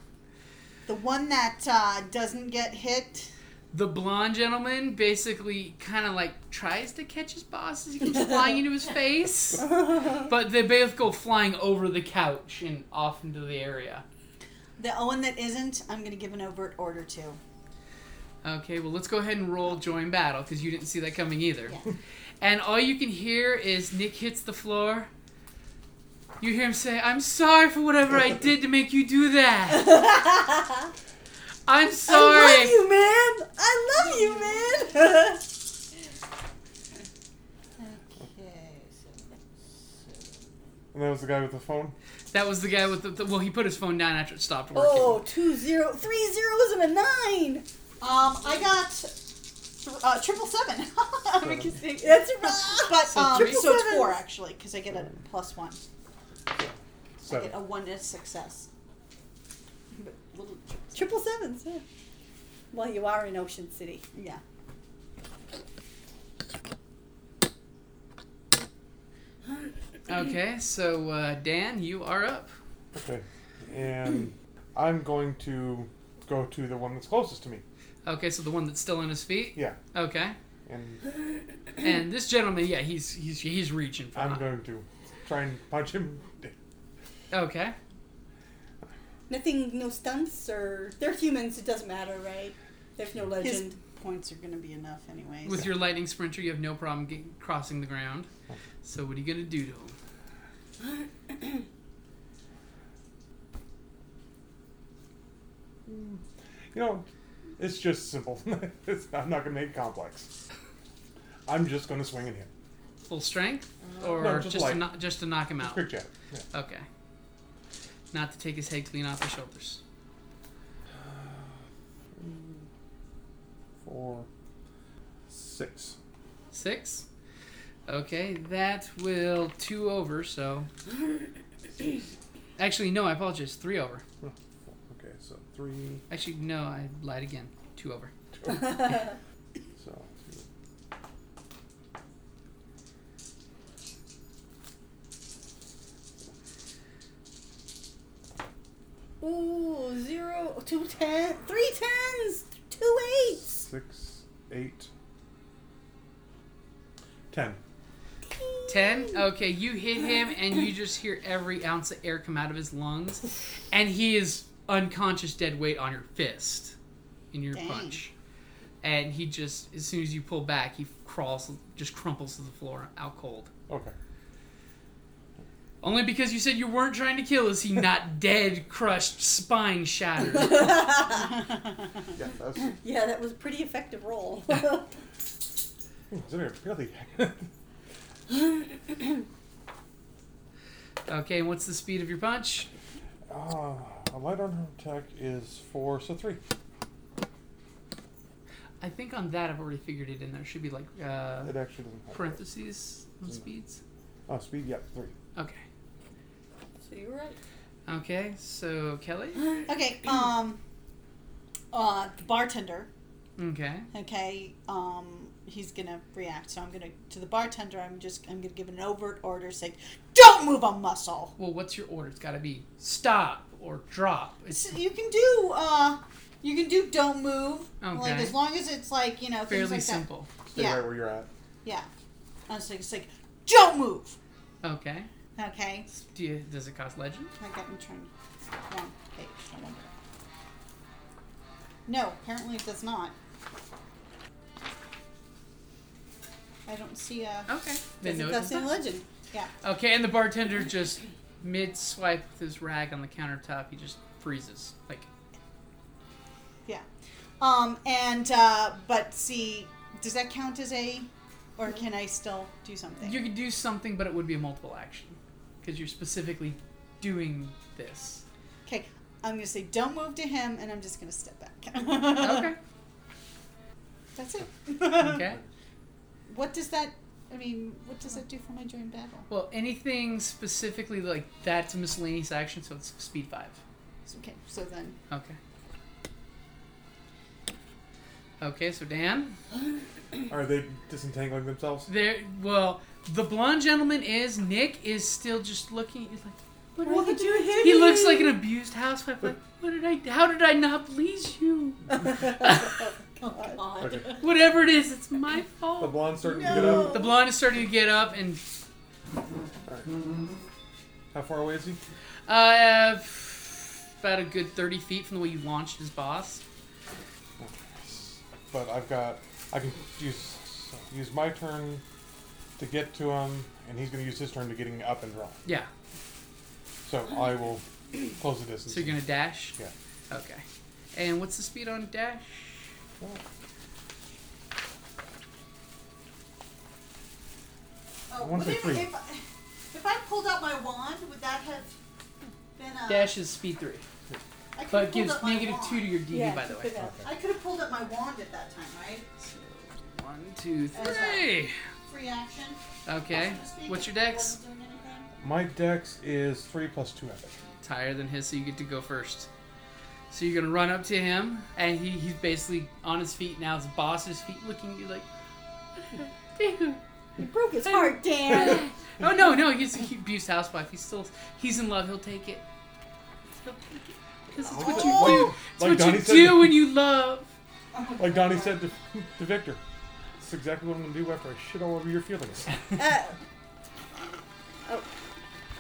[SPEAKER 4] the one that uh, doesn't get hit.
[SPEAKER 3] The blonde gentleman basically kind of like tries to catch his boss as he keeps flying into his face, but they both go flying over the couch and off into the area.
[SPEAKER 4] The one that isn't, I'm going to give an overt order to.
[SPEAKER 3] Okay, well, let's go ahead and roll join battle because you didn't see that coming either. *laughs* And all you can hear is Nick hits the floor. You hear him say, I'm sorry for whatever I did to make you do that.
[SPEAKER 5] *laughs*
[SPEAKER 3] I'm sorry.
[SPEAKER 5] I love you, man. I love you, man. *laughs*
[SPEAKER 6] And that was the guy with the phone.
[SPEAKER 3] That was the guy with the, the. Well, he put his phone down after it stopped working.
[SPEAKER 5] oh, two zero, three zeros and a nine.
[SPEAKER 4] Um, I got th- uh, triple seven. *laughs* I'm
[SPEAKER 6] Seven.
[SPEAKER 4] confused.
[SPEAKER 5] That's
[SPEAKER 4] But
[SPEAKER 3] So
[SPEAKER 4] um,
[SPEAKER 3] triple
[SPEAKER 4] so it's
[SPEAKER 5] sevens.
[SPEAKER 4] four actually, because I get a plus one. I
[SPEAKER 6] Seven.
[SPEAKER 4] get a one is success. But little tricks.
[SPEAKER 5] triple sevens. Yeah. Well, you are in Ocean City.
[SPEAKER 4] Yeah.
[SPEAKER 3] Okay, so uh, Dan, you are up.
[SPEAKER 6] Okay. And I'm going to go to the one that's closest to me.
[SPEAKER 3] Okay, so the one that's still on his feet.
[SPEAKER 6] Yeah.
[SPEAKER 3] Okay,
[SPEAKER 6] And
[SPEAKER 3] and this gentleman, yeah, he's he's he's reaching for.
[SPEAKER 6] I'm
[SPEAKER 3] it.
[SPEAKER 6] going to try and punch him.
[SPEAKER 3] Okay,
[SPEAKER 5] Nothing, no stunts or they're humans. It doesn't matter, right? There's no
[SPEAKER 4] His
[SPEAKER 5] legend.
[SPEAKER 4] points are gonna be enough anyways.
[SPEAKER 3] with your lightning sprinter, you have no problem getting, crossing the ground. So what are you gonna do to him?
[SPEAKER 6] You know, it's just simple. *laughs* it's, I'm not going to make it complex. I'm just going to swing at him.
[SPEAKER 3] Full strength, or
[SPEAKER 6] No, just
[SPEAKER 3] just
[SPEAKER 6] light.
[SPEAKER 3] to knock just to knock him out?
[SPEAKER 6] *laughs* Quick jab. Yeah.
[SPEAKER 3] Okay, not to take his head clean off his shoulders.
[SPEAKER 6] Four, six.
[SPEAKER 3] Six. Okay, that will two over,
[SPEAKER 6] *coughs*
[SPEAKER 3] so. Actually, no, I apologize. Three over.
[SPEAKER 6] Okay, so three.
[SPEAKER 3] Actually, no, I lied again. Two over.
[SPEAKER 6] Two. so three.
[SPEAKER 5] Ooh, zero, two ten, three tens, two eights.
[SPEAKER 6] six, eight, ten.
[SPEAKER 3] Ten. Okay, you hit him, and you just hear every ounce of air come out of his lungs, and he is unconscious, dead weight on your fist, in your
[SPEAKER 4] Dang.
[SPEAKER 3] punch. and he just as soon as you pull back, he crawls, just crumples to the floor, out cold.
[SPEAKER 6] Okay.
[SPEAKER 3] Only because you said you weren't trying to kill is he not dead, crushed, spine shattered.
[SPEAKER 6] Yeah, that's.
[SPEAKER 5] Yeah, that was a pretty
[SPEAKER 4] *laughs*
[SPEAKER 5] effective roll.
[SPEAKER 6] It's a very really. *laughs*
[SPEAKER 3] Okay, and what's the speed of your punch?
[SPEAKER 6] uh, a light armor attack is four, so three.
[SPEAKER 3] I think on that I've already figured it in there. Should be like uh,
[SPEAKER 6] It actually doesn't have.
[SPEAKER 3] parentheses on speeds.
[SPEAKER 6] Oh, speed, yeah, three.
[SPEAKER 3] Okay.
[SPEAKER 5] so you were right.
[SPEAKER 3] Okay, so Kelly.
[SPEAKER 4] Okay. Um. Uh, the bartender.
[SPEAKER 3] Okay.
[SPEAKER 4] Okay. Um. He's gonna react. So I'm gonna to the bartender. I'm just I'm gonna give an overt order saying, "Don't move a muscle."
[SPEAKER 3] Well, what's your order? It's got to be stop or drop. It's
[SPEAKER 4] So you can do. Uh. You can do. Don't move. Like
[SPEAKER 3] Okay.
[SPEAKER 4] as long as it's like you know things
[SPEAKER 3] fairly
[SPEAKER 4] like
[SPEAKER 3] simple.
[SPEAKER 6] Stay
[SPEAKER 4] That. Yeah.
[SPEAKER 6] right where you're at.
[SPEAKER 4] Yeah. I was like, it's like, don't move.
[SPEAKER 3] Okay.
[SPEAKER 4] Okay.
[SPEAKER 3] Do you, does it cost legend?
[SPEAKER 4] I got me turned wrong page. No wonder. No, apparently it does not. I don't see a.
[SPEAKER 3] Okay. Then
[SPEAKER 5] That's,
[SPEAKER 3] no. it
[SPEAKER 5] that's
[SPEAKER 3] does
[SPEAKER 5] in
[SPEAKER 3] not.
[SPEAKER 5] legend.
[SPEAKER 4] Yeah.
[SPEAKER 3] Okay, and the bartender just mid swipe with his rag on the countertop. He just freezes. Like
[SPEAKER 4] Yeah. Um. And uh. But see, does that count as a, or can I still do something?
[SPEAKER 3] you could do something, but it would be a multiple action because you're specifically doing this.
[SPEAKER 4] Okay. I'm gonna say don't move to him, and I'm just gonna step back.
[SPEAKER 3] Okay.
[SPEAKER 4] *laughs* That's it.
[SPEAKER 3] *laughs*
[SPEAKER 5] *laughs*
[SPEAKER 3] Okay.
[SPEAKER 4] What does that? I mean, what does that do for my joint battle?
[SPEAKER 3] Well, anything specifically like that's a miscellaneous action, so it's speed five.
[SPEAKER 4] Okay. So then.
[SPEAKER 3] Okay. Okay, so Dan,
[SPEAKER 6] Are they disentangling
[SPEAKER 3] *laughs*
[SPEAKER 6] themselves?
[SPEAKER 3] there. Well, the blonde gentleman is Nick is still just looking. He's like, what,
[SPEAKER 5] What
[SPEAKER 3] did I
[SPEAKER 5] did you hit
[SPEAKER 3] He looks like an abused housewife. Like, what did I? How did I not please you?
[SPEAKER 5] God.
[SPEAKER 6] Okay.
[SPEAKER 3] Whatever it is, it's my
[SPEAKER 6] The
[SPEAKER 3] fault.
[SPEAKER 6] blonde's starting to get up.
[SPEAKER 3] The blonde is starting to get up, and
[SPEAKER 6] How far away is he?
[SPEAKER 3] uh, f- about a good thirty feet from the way you launched his boss.
[SPEAKER 6] But I've got. I can use use my turn to get to him, and he's going to use his turn to getting up and running.
[SPEAKER 3] Yeah.
[SPEAKER 6] So I will close the distance.
[SPEAKER 3] So you're gonna dash.
[SPEAKER 6] Yeah.
[SPEAKER 3] Okay. And what's the speed on dash?
[SPEAKER 4] Oh,
[SPEAKER 6] wanna
[SPEAKER 4] would
[SPEAKER 6] say
[SPEAKER 4] it-
[SPEAKER 6] three.
[SPEAKER 4] If, if I pulled out my wand, would that have been a
[SPEAKER 3] Dash is speed three,
[SPEAKER 4] I
[SPEAKER 3] but
[SPEAKER 4] could've pulled
[SPEAKER 3] gives
[SPEAKER 4] up my
[SPEAKER 3] negative
[SPEAKER 4] wand.
[SPEAKER 3] two to your DD
[SPEAKER 5] Yeah,
[SPEAKER 3] by the
[SPEAKER 5] keep
[SPEAKER 3] way.
[SPEAKER 5] it up.
[SPEAKER 4] I could have pulled up my wand at that time, right?
[SPEAKER 3] So one, two,
[SPEAKER 4] That's
[SPEAKER 3] three.
[SPEAKER 4] Free action.
[SPEAKER 3] Okay.
[SPEAKER 4] so to speak,
[SPEAKER 3] What's your
[SPEAKER 4] if I
[SPEAKER 3] dex?
[SPEAKER 4] wasn't doing anything.
[SPEAKER 6] My dex is three plus two epic.
[SPEAKER 5] *laughs*
[SPEAKER 3] It's higher than his, so you get to go first. So you're gonna run up to him, and he, he's basically on his feet now. His boss is feet looking at you like, *laughs* "Dude."
[SPEAKER 5] You broke his heart,
[SPEAKER 3] *laughs*
[SPEAKER 5] Dan.
[SPEAKER 3] oh no, no, he's a abused housewife. He's still, he's in love. He'll take it. He'll take it because it's what you do. It's
[SPEAKER 6] Oh. Like
[SPEAKER 3] what
[SPEAKER 6] Donnie
[SPEAKER 3] you
[SPEAKER 6] said-
[SPEAKER 3] do when you love.
[SPEAKER 6] Like Donnie said to, to Victor, it's exactly what I'm going to do after I shit all over your feelings.
[SPEAKER 5] uh, oh,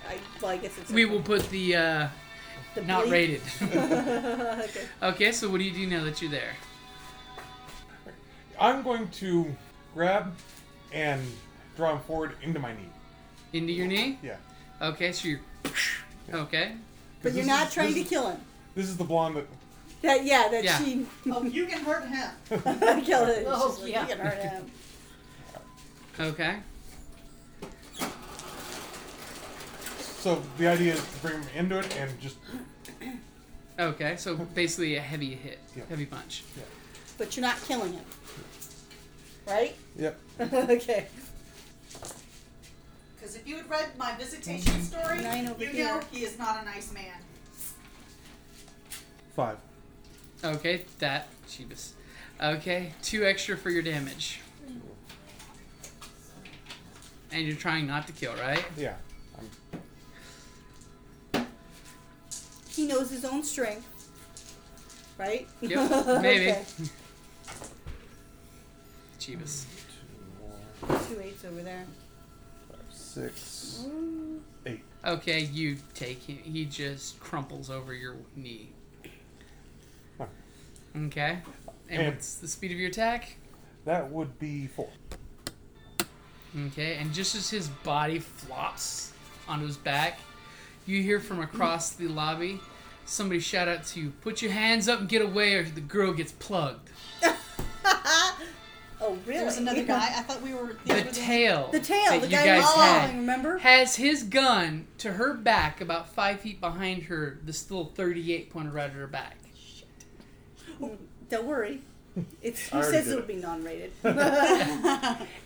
[SPEAKER 5] I, well, I guess it's
[SPEAKER 3] We will put the uh,
[SPEAKER 5] the
[SPEAKER 3] not
[SPEAKER 5] bleep. *laughs*
[SPEAKER 3] rated. *laughs*
[SPEAKER 5] okay.
[SPEAKER 3] okay, so what do you do now that you're there?
[SPEAKER 6] I'm going to grab and draw him forward into my knee.
[SPEAKER 3] Into your knee.
[SPEAKER 6] Yeah.
[SPEAKER 3] Okay, so you're. Okay.
[SPEAKER 5] But you're
[SPEAKER 6] This
[SPEAKER 5] not
[SPEAKER 6] is-
[SPEAKER 5] trying
[SPEAKER 6] this
[SPEAKER 5] to
[SPEAKER 6] is-
[SPEAKER 5] kill him.
[SPEAKER 6] This is the blonde that.
[SPEAKER 5] That yeah, that
[SPEAKER 3] Yeah.
[SPEAKER 5] she
[SPEAKER 4] Oh, you can hurt him.
[SPEAKER 5] *laughs* kill him.
[SPEAKER 4] Oh,
[SPEAKER 5] She's like,
[SPEAKER 4] yeah.
[SPEAKER 5] You can hurt him.
[SPEAKER 3] Okay.
[SPEAKER 6] *laughs* So the idea is to bring him into it and just.
[SPEAKER 3] Okay, so basically a heavy hit,
[SPEAKER 6] Yeah.
[SPEAKER 3] heavy punch.
[SPEAKER 5] But you're not killing him. Right? *laughs*
[SPEAKER 6] Yep.
[SPEAKER 5] okay.
[SPEAKER 4] Because if you had read my visitation story,
[SPEAKER 5] Mm-hmm. Nine over
[SPEAKER 4] you
[SPEAKER 5] here.
[SPEAKER 4] know he is not a nice man.
[SPEAKER 6] Five.
[SPEAKER 3] Okay, that cheapest. Okay, two extra for your damage. And you're trying not to kill, right?
[SPEAKER 6] Yeah. I'm,
[SPEAKER 5] He knows his own strength. Right?
[SPEAKER 3] Yep, maybe.
[SPEAKER 5] *laughs*
[SPEAKER 3] *laughs*
[SPEAKER 5] Okay.
[SPEAKER 3] Cheapest.
[SPEAKER 6] two,
[SPEAKER 5] Two eights over there.
[SPEAKER 6] five, six,
[SPEAKER 5] Mm.
[SPEAKER 6] eight.
[SPEAKER 3] Okay, you take him. He just crumples over your knee.
[SPEAKER 6] Huh.
[SPEAKER 3] Okay. And
[SPEAKER 6] And-
[SPEAKER 3] what's the speed of your attack?
[SPEAKER 6] That would be four.
[SPEAKER 3] Okay, and just as his body flops onto his back, you hear from across the lobby somebody shout out to you, put your hands up and get away, or the girl gets plugged.
[SPEAKER 5] Oh, really?
[SPEAKER 4] There was another guy. I thought we were.
[SPEAKER 3] The tail.
[SPEAKER 5] The tail.
[SPEAKER 3] that
[SPEAKER 5] The
[SPEAKER 3] you
[SPEAKER 5] guy
[SPEAKER 3] guys
[SPEAKER 5] was
[SPEAKER 3] had
[SPEAKER 5] following. Remember?
[SPEAKER 3] has his gun to her back, about five feet behind her, the still 38 pointer right at her back.
[SPEAKER 5] Oh, Don't worry. It's
[SPEAKER 6] I
[SPEAKER 5] he
[SPEAKER 6] already
[SPEAKER 5] says
[SPEAKER 6] did
[SPEAKER 5] it'll
[SPEAKER 6] it.
[SPEAKER 3] *laughs*
[SPEAKER 5] be non-rated.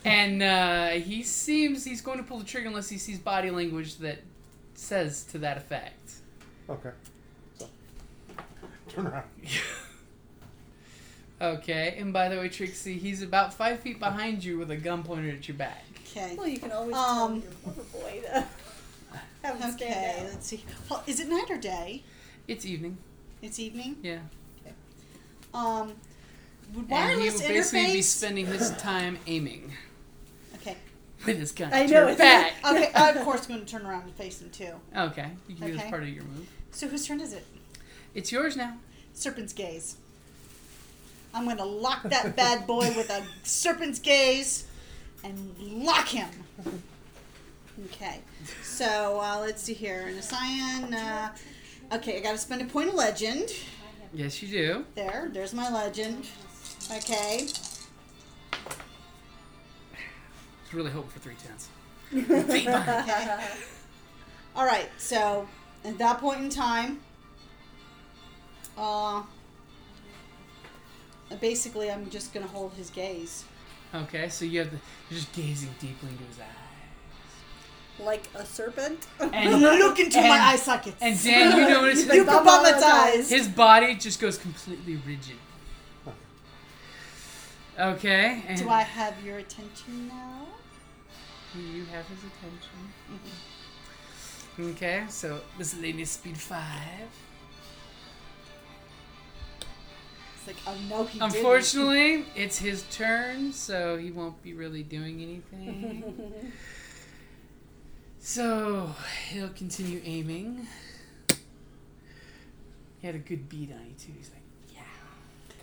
[SPEAKER 3] And uh, he seems he's going to pull the trigger unless he sees body language that says to that effect.
[SPEAKER 6] Okay. So turn around. *laughs*
[SPEAKER 3] Okay, and by the way, Trixie, he's about five feet behind you with a gun pointed at your back.
[SPEAKER 4] Okay.
[SPEAKER 5] well, you can always
[SPEAKER 4] Um,
[SPEAKER 5] tell your lover boy though. Have him
[SPEAKER 4] Okay.
[SPEAKER 5] stand out.
[SPEAKER 4] Let's see. Well, is it night or day?
[SPEAKER 3] It's evening,
[SPEAKER 4] It's evening.
[SPEAKER 3] yeah.
[SPEAKER 4] Um,
[SPEAKER 3] and
[SPEAKER 4] would
[SPEAKER 3] he
[SPEAKER 4] wireless
[SPEAKER 3] will basically be
[SPEAKER 4] interface.
[SPEAKER 3] spending his time aiming *laughs*
[SPEAKER 4] okay.
[SPEAKER 3] with his gun.
[SPEAKER 5] I
[SPEAKER 3] at
[SPEAKER 5] know,
[SPEAKER 3] your
[SPEAKER 5] it's-
[SPEAKER 3] back.
[SPEAKER 4] Okay. I'm of course going to turn around and face him too.
[SPEAKER 3] Okay, you can do this
[SPEAKER 4] Okay.
[SPEAKER 3] part of your move.
[SPEAKER 4] So whose turn is it?
[SPEAKER 3] It's yours now.
[SPEAKER 4] Serpent's gaze. I'm going to lock that bad boy with a serpent's gaze and lock him. Okay. So uh, let's see here. And a cyan. Uh, okay, I got to spend a point of legend.
[SPEAKER 3] Yes, you do.
[SPEAKER 4] There, there's my legend. Okay.
[SPEAKER 3] I was really hoping for three tenths.
[SPEAKER 4] *laughs* All right. So at that point in time, uh, basically, I'm just gonna hold his gaze.
[SPEAKER 3] Okay, so you have the, you're just gazing deeply into his eye.
[SPEAKER 5] *laughs* Like a *laughs* serpent.
[SPEAKER 3] And,
[SPEAKER 4] *laughs* Look into my
[SPEAKER 3] and-
[SPEAKER 4] eye sockets.
[SPEAKER 3] and Dan, you
[SPEAKER 4] *laughs*
[SPEAKER 3] notice
[SPEAKER 4] you
[SPEAKER 3] that
[SPEAKER 5] Baba
[SPEAKER 4] problematize.
[SPEAKER 3] his body just goes completely
[SPEAKER 4] *laughs*
[SPEAKER 3] rigid. Okay, and
[SPEAKER 4] Do I have your attention now?
[SPEAKER 3] you have his attention. Mm-hmm. Okay, so this lady is speed five.
[SPEAKER 4] It's like, oh no, he didn't.
[SPEAKER 3] Unfortunately, it's his turn, so he won't be really doing anything. *laughs* so he'll continue aiming. He had a good beat on you too. He's like,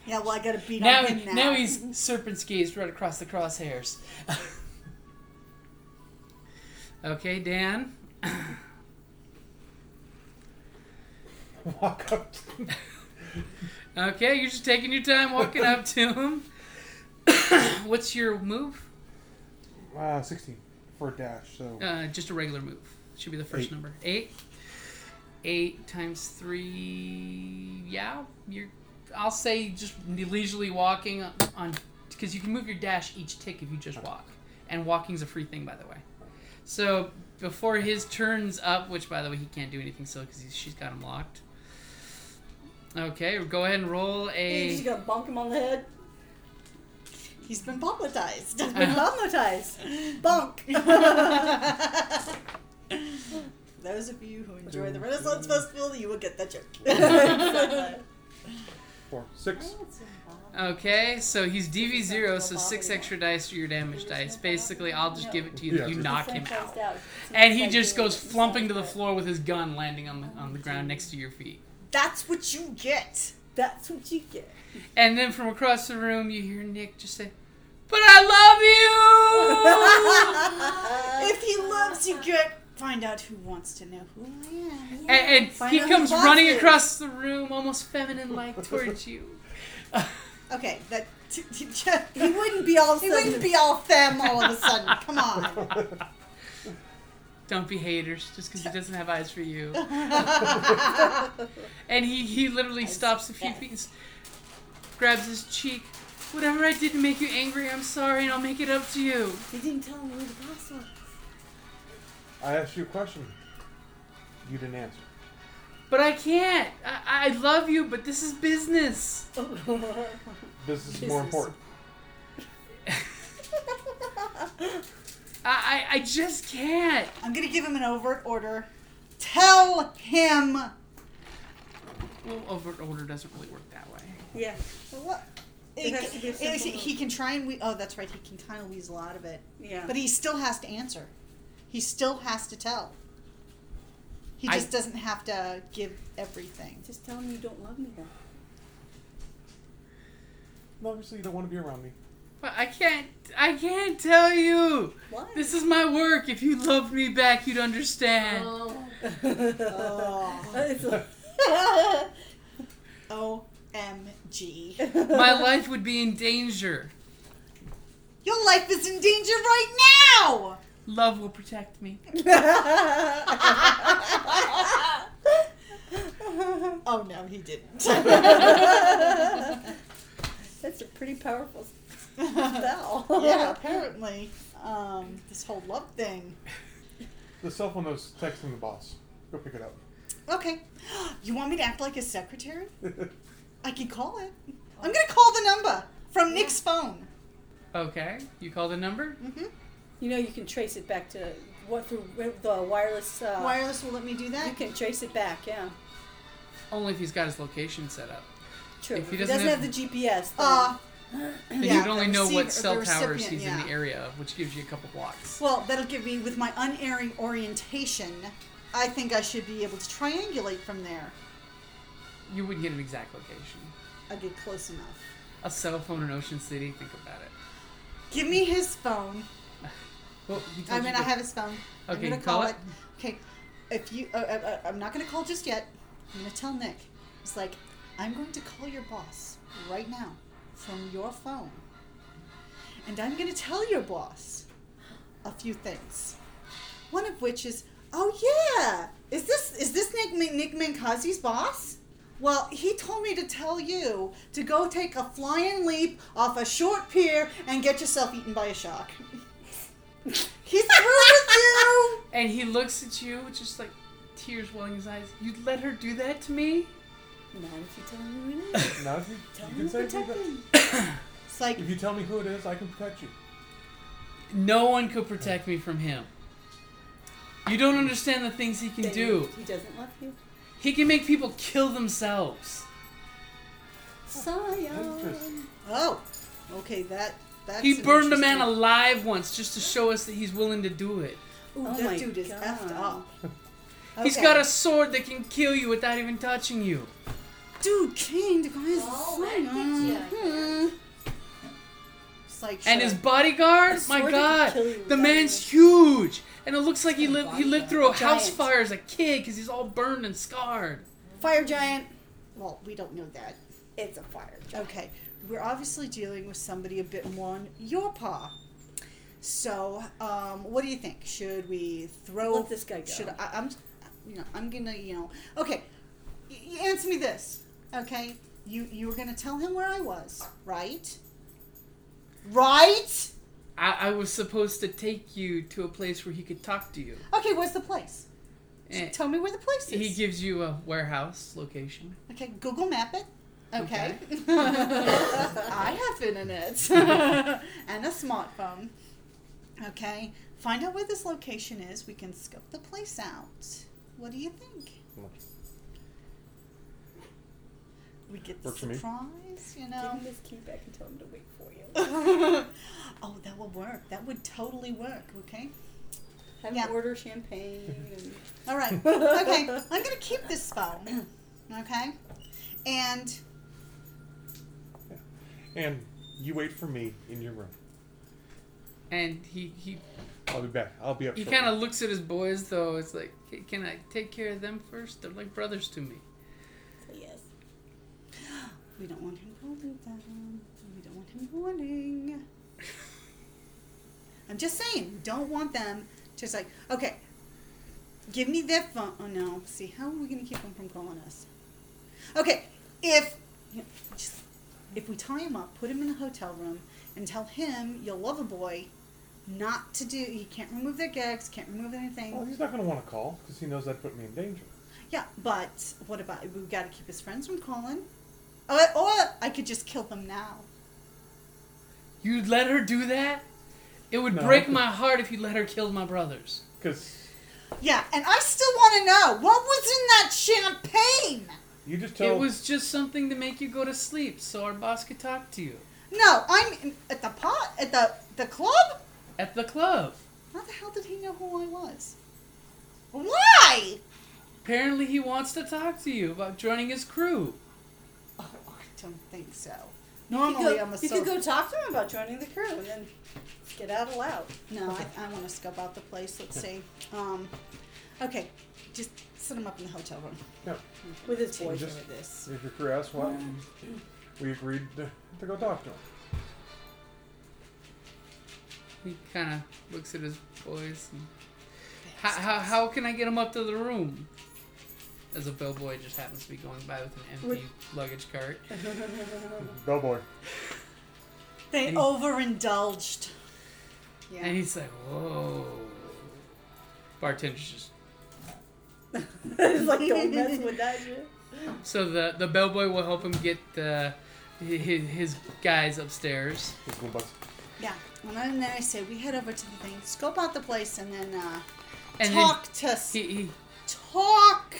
[SPEAKER 4] Yeah, well, I gotta beat
[SPEAKER 3] now,
[SPEAKER 4] on him now.
[SPEAKER 3] now he's serpent's gaze right across the crosshairs. *laughs* okay, Dan. *laughs*
[SPEAKER 6] Walk up. *laughs* To
[SPEAKER 3] Okay, you're just taking your time walking up to him. *coughs* What's your move?
[SPEAKER 6] uh, sixteen for a dash. So
[SPEAKER 3] Uh, just a regular move. Should be the first
[SPEAKER 6] Eight.
[SPEAKER 3] number. Eight. Eight times three. Yeah, you're. I'll say just leisurely walking on because you can move your dash each tick if you just walk, and walking's a free thing by the way. So before his turns up, which by the way he can't do anything still because she's got him locked. Okay, go ahead and roll
[SPEAKER 5] You're just
[SPEAKER 3] a.
[SPEAKER 5] gonna bonk him on the head.
[SPEAKER 4] he's been problematized.
[SPEAKER 3] Uh-huh. *laughs*
[SPEAKER 4] *laughs*
[SPEAKER 5] Traumatized. Bonk.
[SPEAKER 4] Those of you who enjoy the Renaissance Festival, you will get that joke.
[SPEAKER 3] *laughs*
[SPEAKER 4] *laughs*
[SPEAKER 6] four, six.
[SPEAKER 5] Oh,
[SPEAKER 3] Okay, so he's DV zero, so six extra dice to your damage dice. Basically, I'll just give it to you that
[SPEAKER 6] Yeah.
[SPEAKER 3] you knock him out.
[SPEAKER 5] Franchised out.
[SPEAKER 3] And he just goes flumping to the floor with his gun landing on the, on the ground next to your feet.
[SPEAKER 4] That's what you get.
[SPEAKER 5] That's what you get.
[SPEAKER 3] And then from across the room, you hear Nick just say, But Oh, I love
[SPEAKER 4] *laughs* if he loves you, good. Find out who wants to know who I am.
[SPEAKER 3] you! and and
[SPEAKER 4] Find
[SPEAKER 3] he
[SPEAKER 4] out
[SPEAKER 3] comes
[SPEAKER 4] who bought
[SPEAKER 3] running
[SPEAKER 4] it.
[SPEAKER 3] across the room, almost feminine like, towards *laughs* you.
[SPEAKER 4] Okay, that *laughs* t- t-
[SPEAKER 5] He
[SPEAKER 4] he
[SPEAKER 5] wouldn't be all.
[SPEAKER 4] wouldn't be all femme all of a sudden. Come on.
[SPEAKER 3] Don't be haters just because he doesn't have eyes for you. and he, he literally stops a few feet, and s- grabs his cheek. Whatever I did to make you angry, I'm sorry, and I'll make it up to you.
[SPEAKER 5] They didn't tell him who the boss was.
[SPEAKER 6] I asked you a question. You didn't answer.
[SPEAKER 3] But I can't. I, I love you, but this is business.
[SPEAKER 6] Business is more
[SPEAKER 5] Business.
[SPEAKER 6] important.
[SPEAKER 3] I, I, I just can't.
[SPEAKER 4] I'm gonna give him an overt order. Tell him.
[SPEAKER 3] Well, overt order doesn't really work that way.
[SPEAKER 5] Yeah.
[SPEAKER 4] What?
[SPEAKER 5] It has to be a
[SPEAKER 4] it- it-
[SPEAKER 5] simple-
[SPEAKER 4] he can try and we. Oh, that's right. He can kind of weasel out of it,
[SPEAKER 5] Yeah.
[SPEAKER 4] but he still has to answer. He still has to tell. He
[SPEAKER 3] I-
[SPEAKER 4] just doesn't have to
[SPEAKER 5] *laughs*
[SPEAKER 4] give everything.
[SPEAKER 5] just tell him you don't love me then.
[SPEAKER 6] obviously you don't want to be around me.
[SPEAKER 3] But I can't. I can't tell you.
[SPEAKER 5] What?
[SPEAKER 3] This is my work. If you loved me back, you'd understand.
[SPEAKER 7] Oh,
[SPEAKER 5] *laughs* It's like-
[SPEAKER 4] OMG.
[SPEAKER 3] My life would be in danger.
[SPEAKER 4] Your life is in danger right now!
[SPEAKER 3] Love will protect me.
[SPEAKER 4] Oh no, he didn't.
[SPEAKER 5] *laughs* That's a pretty powerful
[SPEAKER 4] yeah,
[SPEAKER 5] spell.
[SPEAKER 4] apparently. Um, this whole love thing.
[SPEAKER 6] The cell phone was texting the boss. Go pick it up. *laughs*
[SPEAKER 4] Okay. *gasps* You want me to act like his secretary? I can call it. I'm gonna call the number from Nick's phone. Mm-hmm.
[SPEAKER 3] Okay. You call the number?
[SPEAKER 5] You know, you can trace it back to what through the wireless. Uh,
[SPEAKER 4] Wireless will let me do
[SPEAKER 5] You
[SPEAKER 4] that.
[SPEAKER 5] can trace it back, yeah.
[SPEAKER 3] Only if he's got his location set up.
[SPEAKER 5] True.
[SPEAKER 3] If he
[SPEAKER 5] If
[SPEAKER 3] doesn't
[SPEAKER 5] have,
[SPEAKER 3] have-
[SPEAKER 5] the GPS. Then,
[SPEAKER 4] Uh,
[SPEAKER 3] And
[SPEAKER 4] Yeah, uh,
[SPEAKER 3] you'd only
[SPEAKER 4] the
[SPEAKER 3] know
[SPEAKER 4] receiver-
[SPEAKER 3] what cell
[SPEAKER 4] the
[SPEAKER 3] towers
[SPEAKER 4] recipient,
[SPEAKER 3] he's in the
[SPEAKER 4] yeah.
[SPEAKER 3] area of, which gives you a couple blocks.
[SPEAKER 4] well, that'll give me with my unerring orientation. I think I should be able to triangulate from there.
[SPEAKER 3] You wouldn't get an exact location.
[SPEAKER 4] I get close enough.
[SPEAKER 3] A cell phone in Ocean City. Think about it.
[SPEAKER 4] Give me his phone.
[SPEAKER 3] Well, he told
[SPEAKER 4] I
[SPEAKER 3] you
[SPEAKER 4] mean,
[SPEAKER 3] to-
[SPEAKER 4] I have his phone. I'm
[SPEAKER 3] Okay,
[SPEAKER 4] gonna
[SPEAKER 3] you call it?
[SPEAKER 4] Okay, if you, uh, uh, uh, I'm not gonna call just yet. I'm gonna tell Nick. It's like I'm going to call your boss right now from your phone, and I'm gonna tell your boss a few things. One of which is, oh yeah, is this is this Nick Ma- Nick Mancazi's boss? Well, he told me to tell you to go take a flying leap off a short pier and get yourself eaten by a shark. *laughs* He's through with you.
[SPEAKER 3] And he looks at you, with just like tears welling in his eyes. You'd let her do that to me?
[SPEAKER 5] *laughs* Not if you tell me who it is.
[SPEAKER 6] Now, if you,
[SPEAKER 5] Tell
[SPEAKER 6] you can
[SPEAKER 5] me to
[SPEAKER 6] say who
[SPEAKER 5] protect
[SPEAKER 6] the-
[SPEAKER 5] me.
[SPEAKER 4] It's like
[SPEAKER 6] if you tell me who it is, I can protect you.
[SPEAKER 3] No one could protect me from him. You don't understand the things he can
[SPEAKER 5] Then
[SPEAKER 3] do.
[SPEAKER 5] He doesn't love you.
[SPEAKER 3] He can make people kill themselves.
[SPEAKER 5] Sion. Um,
[SPEAKER 6] Interesting.
[SPEAKER 4] oh, okay, that that's
[SPEAKER 3] He
[SPEAKER 4] an
[SPEAKER 3] burned a man
[SPEAKER 4] interesting-
[SPEAKER 3] alive once just to show us that he's willing to do it.
[SPEAKER 4] Ooh,
[SPEAKER 5] Oh my
[SPEAKER 4] that dude is
[SPEAKER 5] God.
[SPEAKER 4] effed up.
[SPEAKER 3] *laughs* He's
[SPEAKER 4] Okay.
[SPEAKER 3] got a sword that can kill you without even touching you.
[SPEAKER 4] dude King, the guy is
[SPEAKER 7] Oh, that gets ya.
[SPEAKER 4] Mhm. It's like
[SPEAKER 3] And
[SPEAKER 4] sure.
[SPEAKER 3] his bodyguard,
[SPEAKER 5] A
[SPEAKER 3] my
[SPEAKER 5] sword
[SPEAKER 3] god,
[SPEAKER 5] that can kill you
[SPEAKER 3] the
[SPEAKER 5] without
[SPEAKER 3] man's
[SPEAKER 5] even-
[SPEAKER 3] huge. And it looks like he lived he lived through a
[SPEAKER 5] Giant.
[SPEAKER 3] house fire as a kid because he's all burned and scarred.
[SPEAKER 5] Fire giant.
[SPEAKER 4] well, we don't know that.
[SPEAKER 5] It's a fire giant.
[SPEAKER 4] Okay, we're obviously dealing with somebody a bit more on your paw. So, um, what do you think? Should we throw
[SPEAKER 5] Let this guy go.
[SPEAKER 4] Should I, I'm, you know, I'm gonna, you know, okay. Y- You answer me this, okay? You you were gonna tell him where I was, right? Right?
[SPEAKER 3] I, I was supposed to take you to a place where he could talk to you.
[SPEAKER 4] Okay, where's the place?
[SPEAKER 3] Eh.
[SPEAKER 4] Tell me where the place is.
[SPEAKER 3] He gives you a warehouse location.
[SPEAKER 4] Okay, Google Map it. Okay. *laughs* I have internet *laughs* and a smartphone. Okay, find out where this location is. We can scope the place out. What do you think? We get the
[SPEAKER 6] Works for me.
[SPEAKER 4] surprise, you
[SPEAKER 5] Give
[SPEAKER 4] know?
[SPEAKER 5] him this key back and tell him to wait for you.
[SPEAKER 4] *laughs* oh, that would work. That would totally work, okay?
[SPEAKER 5] Have
[SPEAKER 4] Yeah.
[SPEAKER 5] him order champagne. And
[SPEAKER 4] All right. Okay. I'm going to keep this phone. Okay? And
[SPEAKER 6] And you wait for me in your room.
[SPEAKER 3] And he he
[SPEAKER 6] I'll be back. I'll be up.
[SPEAKER 3] he
[SPEAKER 6] shortly.
[SPEAKER 3] kind of looks at his boys though. It's like, "Ca- can I take care of them first? They're like brothers to me.
[SPEAKER 5] say yes.
[SPEAKER 4] we don't want him holding them. We don't want him warning. I'm just saying, we don't want them just like, okay, give me their phone. Oh no, see, how are we going to keep them from calling us? Okay, if you know, just, if we tie him up, put him in a hotel room, and tell him you'll love a boy, not to do, he can't remove their gags, can't remove anything.
[SPEAKER 6] Well, Oh, he's not going to want to call because he knows that put me in danger.
[SPEAKER 4] Yeah, but what about we got to keep his friends from calling? Uh, or I could just kill them now.
[SPEAKER 3] You'd let her do that? It would
[SPEAKER 6] No.
[SPEAKER 3] break my heart if you let her kill my brothers.
[SPEAKER 6] Because
[SPEAKER 4] Yeah, and I still want to know what was in that champagne.
[SPEAKER 6] you just tell.
[SPEAKER 3] it was just something to make you go to sleep so our boss could talk to you
[SPEAKER 4] No, I'm in- at the pot at the the club.
[SPEAKER 3] at the club.
[SPEAKER 4] How the hell did he know who I was? Why?
[SPEAKER 3] Apparently, he wants to talk to you about joining his crew.
[SPEAKER 4] Oh, I don't think so.
[SPEAKER 5] You
[SPEAKER 4] *laughs*
[SPEAKER 5] could
[SPEAKER 4] Normally
[SPEAKER 5] go-
[SPEAKER 4] I'm a
[SPEAKER 5] you
[SPEAKER 4] so-
[SPEAKER 5] could go talk to him about joining the crew and then get out aloud.
[SPEAKER 4] No, I, I want to scope out the place. Let's see. Um, okay, just set him up in the hotel room.
[SPEAKER 6] Yeah.
[SPEAKER 5] With his
[SPEAKER 4] Take
[SPEAKER 5] voice.
[SPEAKER 4] care
[SPEAKER 6] just-
[SPEAKER 4] of this.
[SPEAKER 6] If your crew asks why, we agreed to, to go talk to him.
[SPEAKER 3] He kind of looks at his boys. And, how, how, how can I get him up to the room? As a bellboy just happens to be going by with an empty luggage cart.
[SPEAKER 6] Bellboy.
[SPEAKER 4] They overindulged. Yeah.
[SPEAKER 3] And he's like, whoa. Bartender's just.
[SPEAKER 5] *laughs* it's like, don't mess with *laughs* that shit.
[SPEAKER 3] So the, the bellboy will help him get uh, his, his guys upstairs.
[SPEAKER 6] His little bus.
[SPEAKER 4] yeah. And then, and then I say we head over to the thing, scope out the place, and then uh,
[SPEAKER 3] And then
[SPEAKER 4] talk to s-
[SPEAKER 3] he, he,
[SPEAKER 4] talk.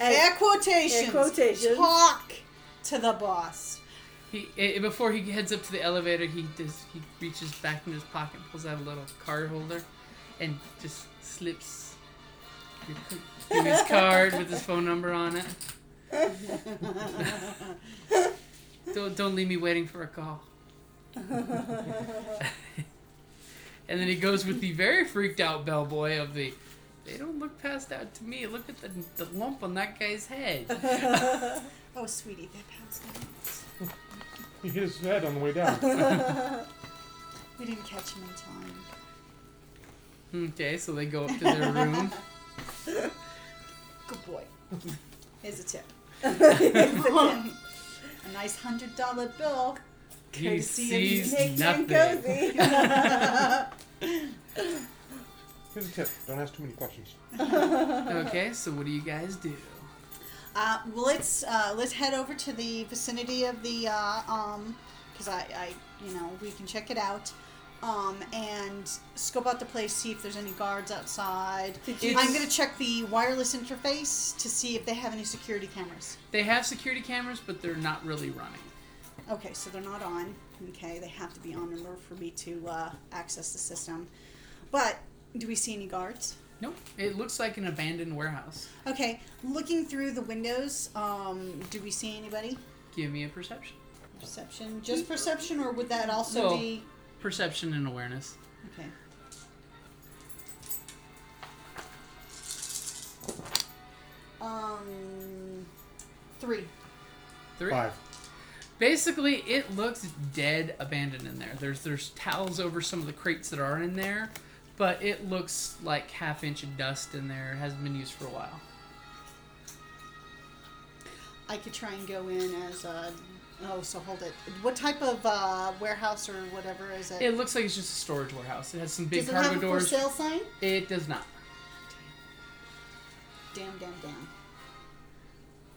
[SPEAKER 5] Air-
[SPEAKER 4] Air quotations.
[SPEAKER 5] air quotations.
[SPEAKER 4] Talk to the boss.
[SPEAKER 3] He eh, before he heads up to the elevator, he does he reaches back into his pocket, pulls out a little card holder, and just slips him his card with his phone number on it. don't don't leave me waiting for a call. and then he goes with the very freaked out bellboy of the. They don't look past out to me. Look at the, the lump on that guy's head.
[SPEAKER 4] Oh, sweetie, that pound's down.
[SPEAKER 6] He hit his head on the way down.
[SPEAKER 4] We didn't catch him in time.
[SPEAKER 3] Okay, so they go up to their room.
[SPEAKER 4] Good
[SPEAKER 5] *laughs*
[SPEAKER 4] boy. Here's a tip. *laughs*
[SPEAKER 5] It's
[SPEAKER 4] a nice hundred dollar bill.
[SPEAKER 3] He
[SPEAKER 5] a
[SPEAKER 3] sees
[SPEAKER 5] naked and
[SPEAKER 3] nothing.
[SPEAKER 5] cozy.
[SPEAKER 6] Here's a tip don't ask too many questions.
[SPEAKER 3] *laughs* Okay, so what do you guys do?
[SPEAKER 4] Uh, well, let's uh, let's head over to the vicinity of the uh, um, because I, I you know we can check it out. Um, and scope out the place, see if there's any guards outside.
[SPEAKER 5] Did you-
[SPEAKER 4] I'm gonna check the wireless interface to see if they have any security cameras.
[SPEAKER 3] They have security cameras, but they're not really running.
[SPEAKER 4] Okay, so they're not on. Okay, they have to be on in order for me to uh, access the system. But do we see any guards?
[SPEAKER 3] Nope. It looks like an abandoned warehouse.
[SPEAKER 4] Okay, looking through the windows, um, do we see anybody?
[SPEAKER 3] Give me a perception.
[SPEAKER 4] Perception, just perception, or would that also
[SPEAKER 3] Well-
[SPEAKER 4] be?
[SPEAKER 3] Perception and awareness.
[SPEAKER 4] Okay. Um, three.
[SPEAKER 3] Three.
[SPEAKER 6] Five.
[SPEAKER 3] Basically, it looks dead abandoned in there. There's there's towels over some of the crates that are in there, but it looks like half inch of dust in there. It hasn't been used for a while.
[SPEAKER 4] I could try and go in as a. Oh, so hold it. What type of uh, warehouse or whatever is it?
[SPEAKER 3] It looks like it's just a storage warehouse. It has some big
[SPEAKER 4] Does it have
[SPEAKER 3] cargo
[SPEAKER 4] a for
[SPEAKER 3] doors.
[SPEAKER 4] sale sign?
[SPEAKER 3] It does not.
[SPEAKER 4] Damn, damn, damn.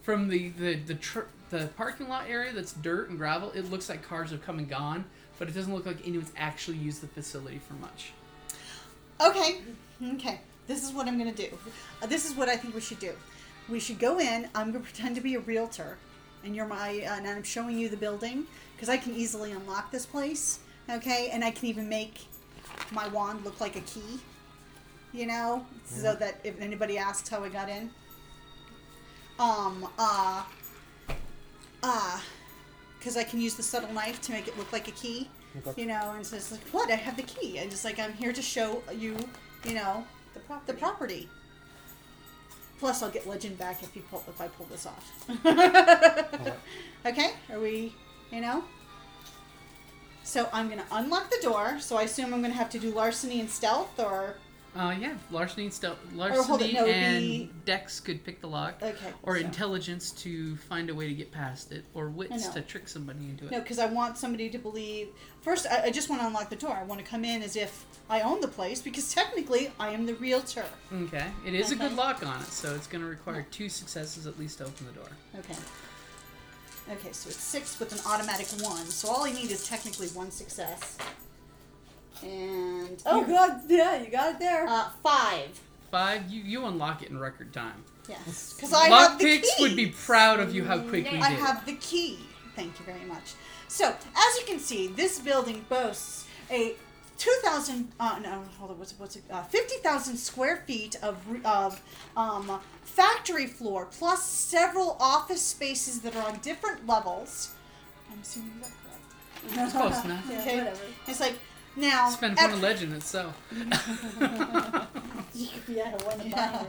[SPEAKER 3] from the the the, tr- the parking lot area that's dirt and gravel it looks like cars have come and gone but it doesn't look like anyone's actually used the facility for much
[SPEAKER 4] Okay. Okay. This is what I'm going to do. Uh, this is what I think we should do. We should go in. I'm going to pretend to be a realtor, and you're my. Uh, and I'm showing you the building because I can easily unlock this place. Okay, and I can even make my wand look like a key. You know, so that if anybody asks how I got in. Um. Uh. Uh. Because I can use the subtle knife to make it look like a key
[SPEAKER 6] Okay.
[SPEAKER 4] you know, and so it's like, what? I have the key. And just like, I'm here to show you, you know, the property. The property. Plus, I'll get legend back if you pull if I pull this off. okay, are we? You know. So I'm gonna unlock the door. So I assume I'm gonna have to do larceny and stealth, or
[SPEAKER 3] uh yeah larceny and stealth
[SPEAKER 4] Oh, hold
[SPEAKER 3] larceny
[SPEAKER 4] it, no, it'd
[SPEAKER 3] and
[SPEAKER 4] be-
[SPEAKER 3] dex could pick the lock
[SPEAKER 4] Okay,
[SPEAKER 3] or
[SPEAKER 4] so-
[SPEAKER 3] intelligence to find a way to get past it or wits
[SPEAKER 4] know.
[SPEAKER 3] to trick somebody into it
[SPEAKER 4] no, because I want somebody to believe. First, I, I just want to unlock the door. I want to come in as if I own the place because technically I am the realtor.
[SPEAKER 3] okay it is a
[SPEAKER 4] Okay.
[SPEAKER 3] good lock on it so it's going to require two successes at least to open the door
[SPEAKER 4] Okay. Okay, so it's six with an automatic one. So all I need is technically one success. And
[SPEAKER 5] *laughs* oh, God. Yeah, you got it there. *laughs*
[SPEAKER 4] uh, five.
[SPEAKER 3] five you you unlock it in record time
[SPEAKER 4] Yes, because I have the
[SPEAKER 3] lockpicks
[SPEAKER 4] key.
[SPEAKER 3] would be proud of you how quick you
[SPEAKER 4] I
[SPEAKER 3] did
[SPEAKER 4] have the key. Thank you very much. So as you can see, this building boasts a. 2,000, uh, no, hold on, what's, what's it, uh, 50,000 square feet of, re- of um, factory floor, plus several office spaces that are on different levels. I'm assuming that's correct.
[SPEAKER 3] It's close enough.
[SPEAKER 5] Yeah,
[SPEAKER 4] Okay.
[SPEAKER 5] whatever.
[SPEAKER 4] It's like now
[SPEAKER 3] Spend
[SPEAKER 4] at-
[SPEAKER 3] one legend itself.
[SPEAKER 5] You could be out of one and behind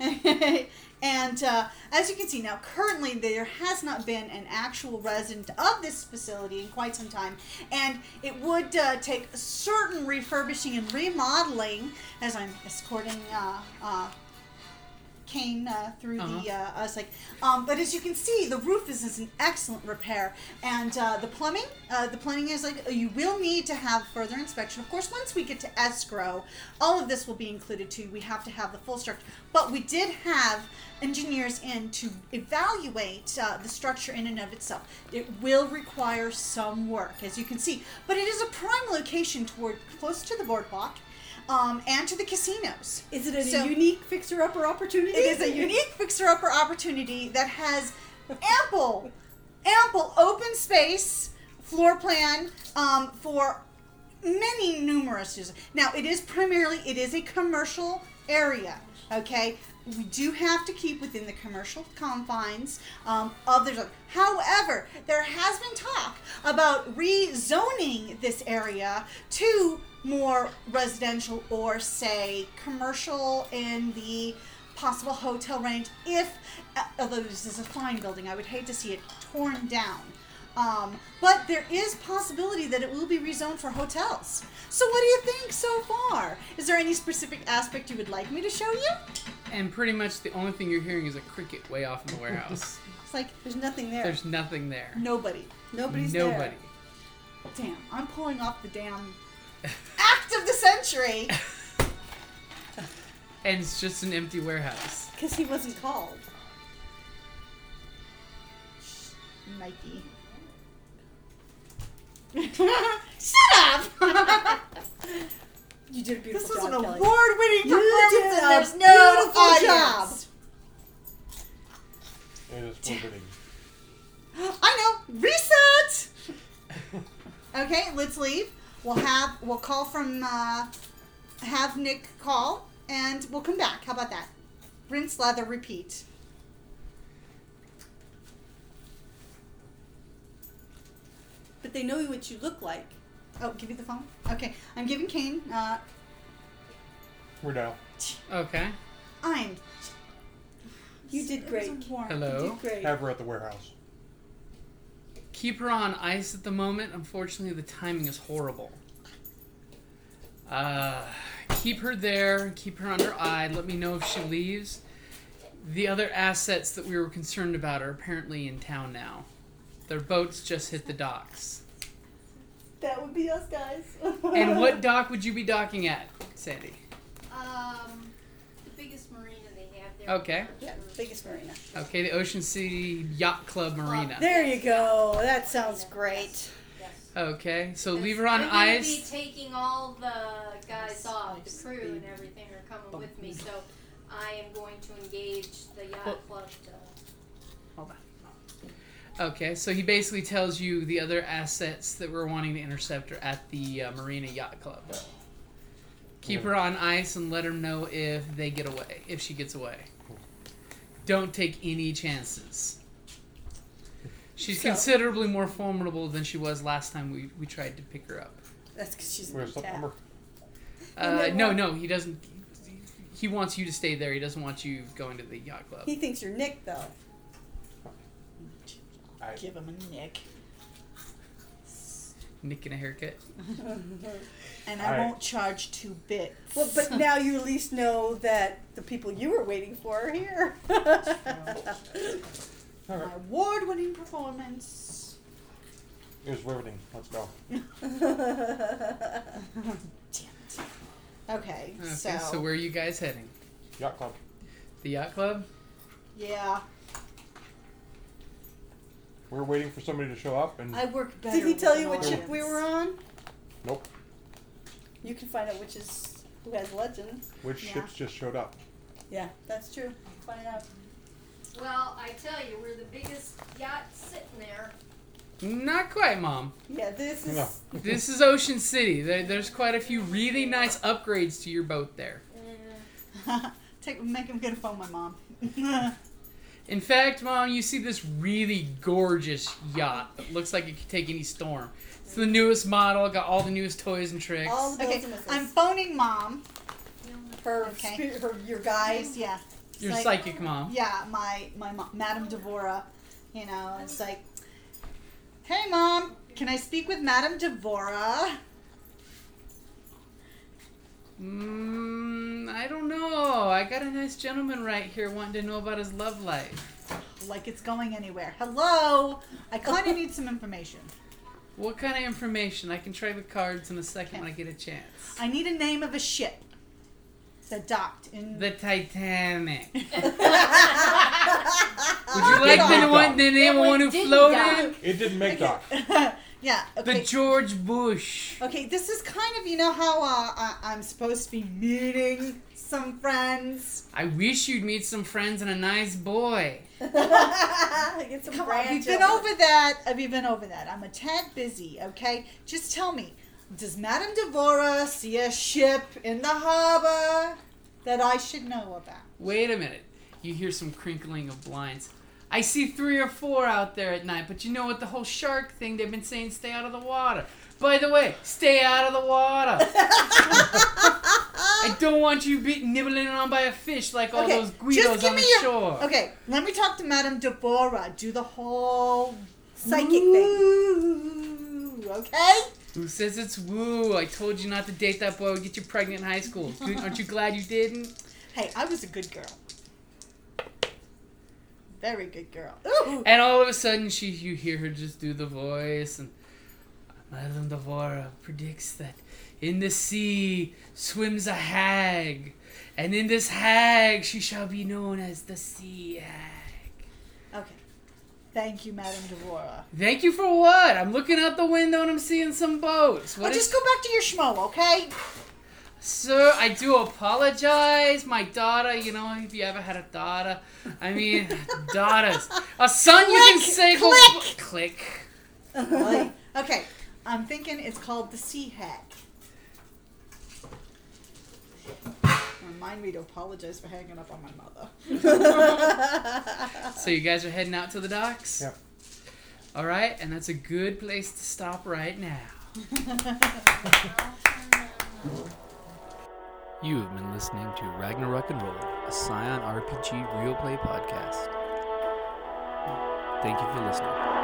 [SPEAKER 5] it.
[SPEAKER 4] *laughs* and uh, as you can see now, currently there has not been an actual resident of this facility in quite some time, and it would uh, take certain refurbishing and remodeling. As I'm escorting uh, uh, Kane uh, through the uh, I was like, um, but as you can see, the roof is, is in excellent repair, and uh, the plumbing, uh, the plumbing is like you will need to have further inspection. Of course, once we get to escrow, all of this will be included too. We have to have the full structure, but we did have engineers in to evaluate uh, the structure in and of itself. It will require some work, as you can see, but it is a prime location toward close to the boardwalk. Um, and to the casinos.
[SPEAKER 5] *laughs* Is it a
[SPEAKER 4] So-
[SPEAKER 5] unique fixer-upper opportunity?
[SPEAKER 4] It is a unique fixer-upper opportunity that has ample, ample open space, floor plan um, for many numerous uses. Now, it is primarily it is a commercial area. Okay, we do have to keep within the commercial confines um, of the. zone. However, there has been talk about rezoning this area to more residential or say commercial in the possible hotel range if uh, although this is a fine building i would hate to see it torn down um, but there is possibility that it will be rezoned for hotels so what do you think so far is there any specific aspect you would like me to show you
[SPEAKER 3] And pretty much the only thing you're hearing is a cricket way off in the
[SPEAKER 5] *laughs*
[SPEAKER 3] warehouse.
[SPEAKER 4] it's like
[SPEAKER 5] There's nothing there.
[SPEAKER 3] There's nothing there.
[SPEAKER 4] nobody
[SPEAKER 5] Nobody's there.
[SPEAKER 3] Nobody.
[SPEAKER 4] damn i'm pulling off the
[SPEAKER 5] *laughs*
[SPEAKER 4] damn act of the century
[SPEAKER 3] And it's just an empty warehouse.
[SPEAKER 5] Because he wasn't called.
[SPEAKER 4] Mikey. *laughs* Shut up! *laughs*
[SPEAKER 5] You did a beautiful
[SPEAKER 4] this was an
[SPEAKER 5] job, Kelly.
[SPEAKER 4] award-winning
[SPEAKER 5] You did
[SPEAKER 4] performance,
[SPEAKER 5] a
[SPEAKER 4] and there's no
[SPEAKER 5] beautiful
[SPEAKER 4] audience.
[SPEAKER 6] It is forbidding.
[SPEAKER 4] I know. Reset. okay, let's leave. We'll have we'll call from uh, have Nick call, and we'll come back. How about that? Rinse, lather, repeat.
[SPEAKER 5] But they know what you look like.
[SPEAKER 4] Oh, give you the phone. Okay, I'm giving Kane. Uh,
[SPEAKER 6] We're down.
[SPEAKER 3] Okay.
[SPEAKER 4] I'm.
[SPEAKER 5] You did
[SPEAKER 4] it was
[SPEAKER 5] great.
[SPEAKER 4] a warm-
[SPEAKER 5] You
[SPEAKER 3] Hello.
[SPEAKER 5] did great.
[SPEAKER 6] Have her at the warehouse.
[SPEAKER 3] Keep her on ice at the moment. Unfortunately, the timing is horrible. Uh, keep her there. Keep her under eye. Let me know if she leaves. The other assets that we were concerned about are apparently in town now. Their boats just hit the docks.
[SPEAKER 5] That would be us guys.
[SPEAKER 3] And
[SPEAKER 5] *laughs*
[SPEAKER 3] what dock would you be docking at, Sandy?
[SPEAKER 7] Um, the biggest marina they have there.
[SPEAKER 3] Okay.
[SPEAKER 5] Yeah, biggest *laughs* marina.
[SPEAKER 3] Okay, the Ocean City Yacht Club Marina.
[SPEAKER 5] There you go. That sounds great.
[SPEAKER 7] Yes.
[SPEAKER 3] Okay, so leave her on
[SPEAKER 7] I'm gonna be
[SPEAKER 3] ice.
[SPEAKER 7] taking all the guys off, the crew and everything are coming with me, so I am going to engage the yacht
[SPEAKER 3] Well-
[SPEAKER 7] club to.
[SPEAKER 3] Hold on. Okay, so he basically tells you the other assets that we're wanting to intercept are at the uh, Marina Yacht Club. Keep her on ice and let her know if they get away, if she gets away. Don't take any chances. She's
[SPEAKER 5] So-
[SPEAKER 3] considerably more formidable than she was last time we, we tried to pick her up.
[SPEAKER 5] That's because she's
[SPEAKER 6] Where's the
[SPEAKER 5] an
[SPEAKER 6] plumber?
[SPEAKER 3] Uh,
[SPEAKER 5] then
[SPEAKER 3] no,
[SPEAKER 5] what?
[SPEAKER 3] no, he doesn't. He wants you to stay there. He doesn't want you going to the yacht club.
[SPEAKER 5] He thinks you're Nick, though.
[SPEAKER 6] I,
[SPEAKER 4] Give him a nick,
[SPEAKER 3] Nick and a haircut.
[SPEAKER 4] and I
[SPEAKER 6] All right.
[SPEAKER 4] won't charge two bits.
[SPEAKER 5] Well, but now you at least know that the people you were waiting for
[SPEAKER 4] *laughs*
[SPEAKER 5] are here.
[SPEAKER 6] all right.
[SPEAKER 4] My award-winning performance.
[SPEAKER 6] It was riveting. Let's go.
[SPEAKER 4] Okay,
[SPEAKER 3] Okay,
[SPEAKER 4] so,
[SPEAKER 3] so. where are you guys heading?
[SPEAKER 6] Yacht club.
[SPEAKER 3] The yacht club?
[SPEAKER 4] yeah,
[SPEAKER 6] We're waiting for somebody to show up, and
[SPEAKER 4] I work better.
[SPEAKER 5] Did he tell
[SPEAKER 4] with
[SPEAKER 5] you
[SPEAKER 4] an
[SPEAKER 5] what ship we
[SPEAKER 4] audience.
[SPEAKER 5] were on?
[SPEAKER 6] nope.
[SPEAKER 5] You can find out which is who has legend.
[SPEAKER 6] Which
[SPEAKER 4] Yeah.
[SPEAKER 6] ships just showed up?
[SPEAKER 5] Yeah, that's true. Find out.
[SPEAKER 7] Well, I tell you, we're the biggest yacht sitting there.
[SPEAKER 3] Not quite,
[SPEAKER 5] *laughs*
[SPEAKER 3] Mom.
[SPEAKER 5] Yeah, this is.
[SPEAKER 6] No.
[SPEAKER 3] This is Ocean City. There, there's quite a few really nice upgrades to your boat there.
[SPEAKER 4] *laughs* Take, make him get a phone, my mom.
[SPEAKER 3] In fact, Mom, you see this really gorgeous yacht that looks like it could take any storm. It's the newest model, got all the newest toys and tricks.
[SPEAKER 5] *laughs* All the
[SPEAKER 4] Okay,
[SPEAKER 5] bells and whistles.
[SPEAKER 4] I'm phoning mom.
[SPEAKER 5] her,
[SPEAKER 4] okay.
[SPEAKER 5] spirit, her, your guys.
[SPEAKER 4] Yeah,
[SPEAKER 3] Your
[SPEAKER 4] Psych-
[SPEAKER 3] psychic mom.
[SPEAKER 4] yeah. My my mom, Madame Devora. You know, it's like, hey mom, can I speak with Madame Devora?
[SPEAKER 3] Mm, I don't know. I got a nice gentleman right here wanting to know about his love life.
[SPEAKER 4] Like it's going anywhere. Hello, I kind of need some information.
[SPEAKER 3] What kind of information? I can try the cards in a second when I get a chance.
[SPEAKER 4] I need a name of a ship that docked in.
[SPEAKER 3] The Titanic. Would
[SPEAKER 6] Would
[SPEAKER 3] you like the one, the name of
[SPEAKER 7] one
[SPEAKER 3] one who
[SPEAKER 7] didn't
[SPEAKER 3] floated?
[SPEAKER 6] It didn't make dock.
[SPEAKER 4] *laughs* yeah. Okay.
[SPEAKER 3] The George Bush.
[SPEAKER 4] Okay, this is kind of you know how uh, I, I'm supposed to be meeting some friends.
[SPEAKER 3] I wish you'd meet some friends and a nice boy.
[SPEAKER 5] Ah, Get some
[SPEAKER 4] Come on,
[SPEAKER 5] branch
[SPEAKER 4] we've been over
[SPEAKER 5] over.
[SPEAKER 4] that. Have you been over that? I'm a tad busy. Okay, just tell me, does Madame Devora see a ship in the harbor that I should know about?
[SPEAKER 3] Wait a minute. You hear some crinkling of blinds. I see three or four out there at night, but you know what? The whole shark thing, they've been saying stay out of the water. By the way, stay out of the
[SPEAKER 4] *laughs*
[SPEAKER 3] water. I don't want you be nibbling on by a fish like all
[SPEAKER 4] okay,
[SPEAKER 3] those guidos on the
[SPEAKER 4] your-
[SPEAKER 3] shore.
[SPEAKER 4] Okay, let me talk to Madame Devora. Do the whole psychic thing. Okay.
[SPEAKER 3] Who says it's woo? I told you not to date that boy. Get you pregnant in high school. Good- Aren't you glad you didn't?
[SPEAKER 4] Hey, I was a good girl. Very good girl. Ooh.
[SPEAKER 3] And all of a sudden, she you hear her just do the voice, and Madame Devora predicts that in the sea swims a hag, and in this hag she shall be known as the sea hag.
[SPEAKER 4] Okay. Thank you, Madame Devora.
[SPEAKER 3] Thank you for what? I'm looking out the window and I'm seeing some boats.
[SPEAKER 4] Well,
[SPEAKER 3] What is
[SPEAKER 4] just go back to your schmo, okay?
[SPEAKER 3] Sir, I do apologize. My daughter, you know, if you ever had a daughter, I mean, *laughs* daughters. A son, you can
[SPEAKER 4] Click,
[SPEAKER 3] say go-
[SPEAKER 4] click.
[SPEAKER 3] click.
[SPEAKER 4] Like, okay. I'm thinking it's called the Sea Hack. Remind me to apologize for hanging up on my mother.
[SPEAKER 3] So you guys are heading out to the docks.
[SPEAKER 6] Yep.
[SPEAKER 3] All right, and that's a good place to stop right now.
[SPEAKER 2] *laughs* You have been listening to Ragnarok and Roll, a Scion RPG real play podcast. Thank you for listening.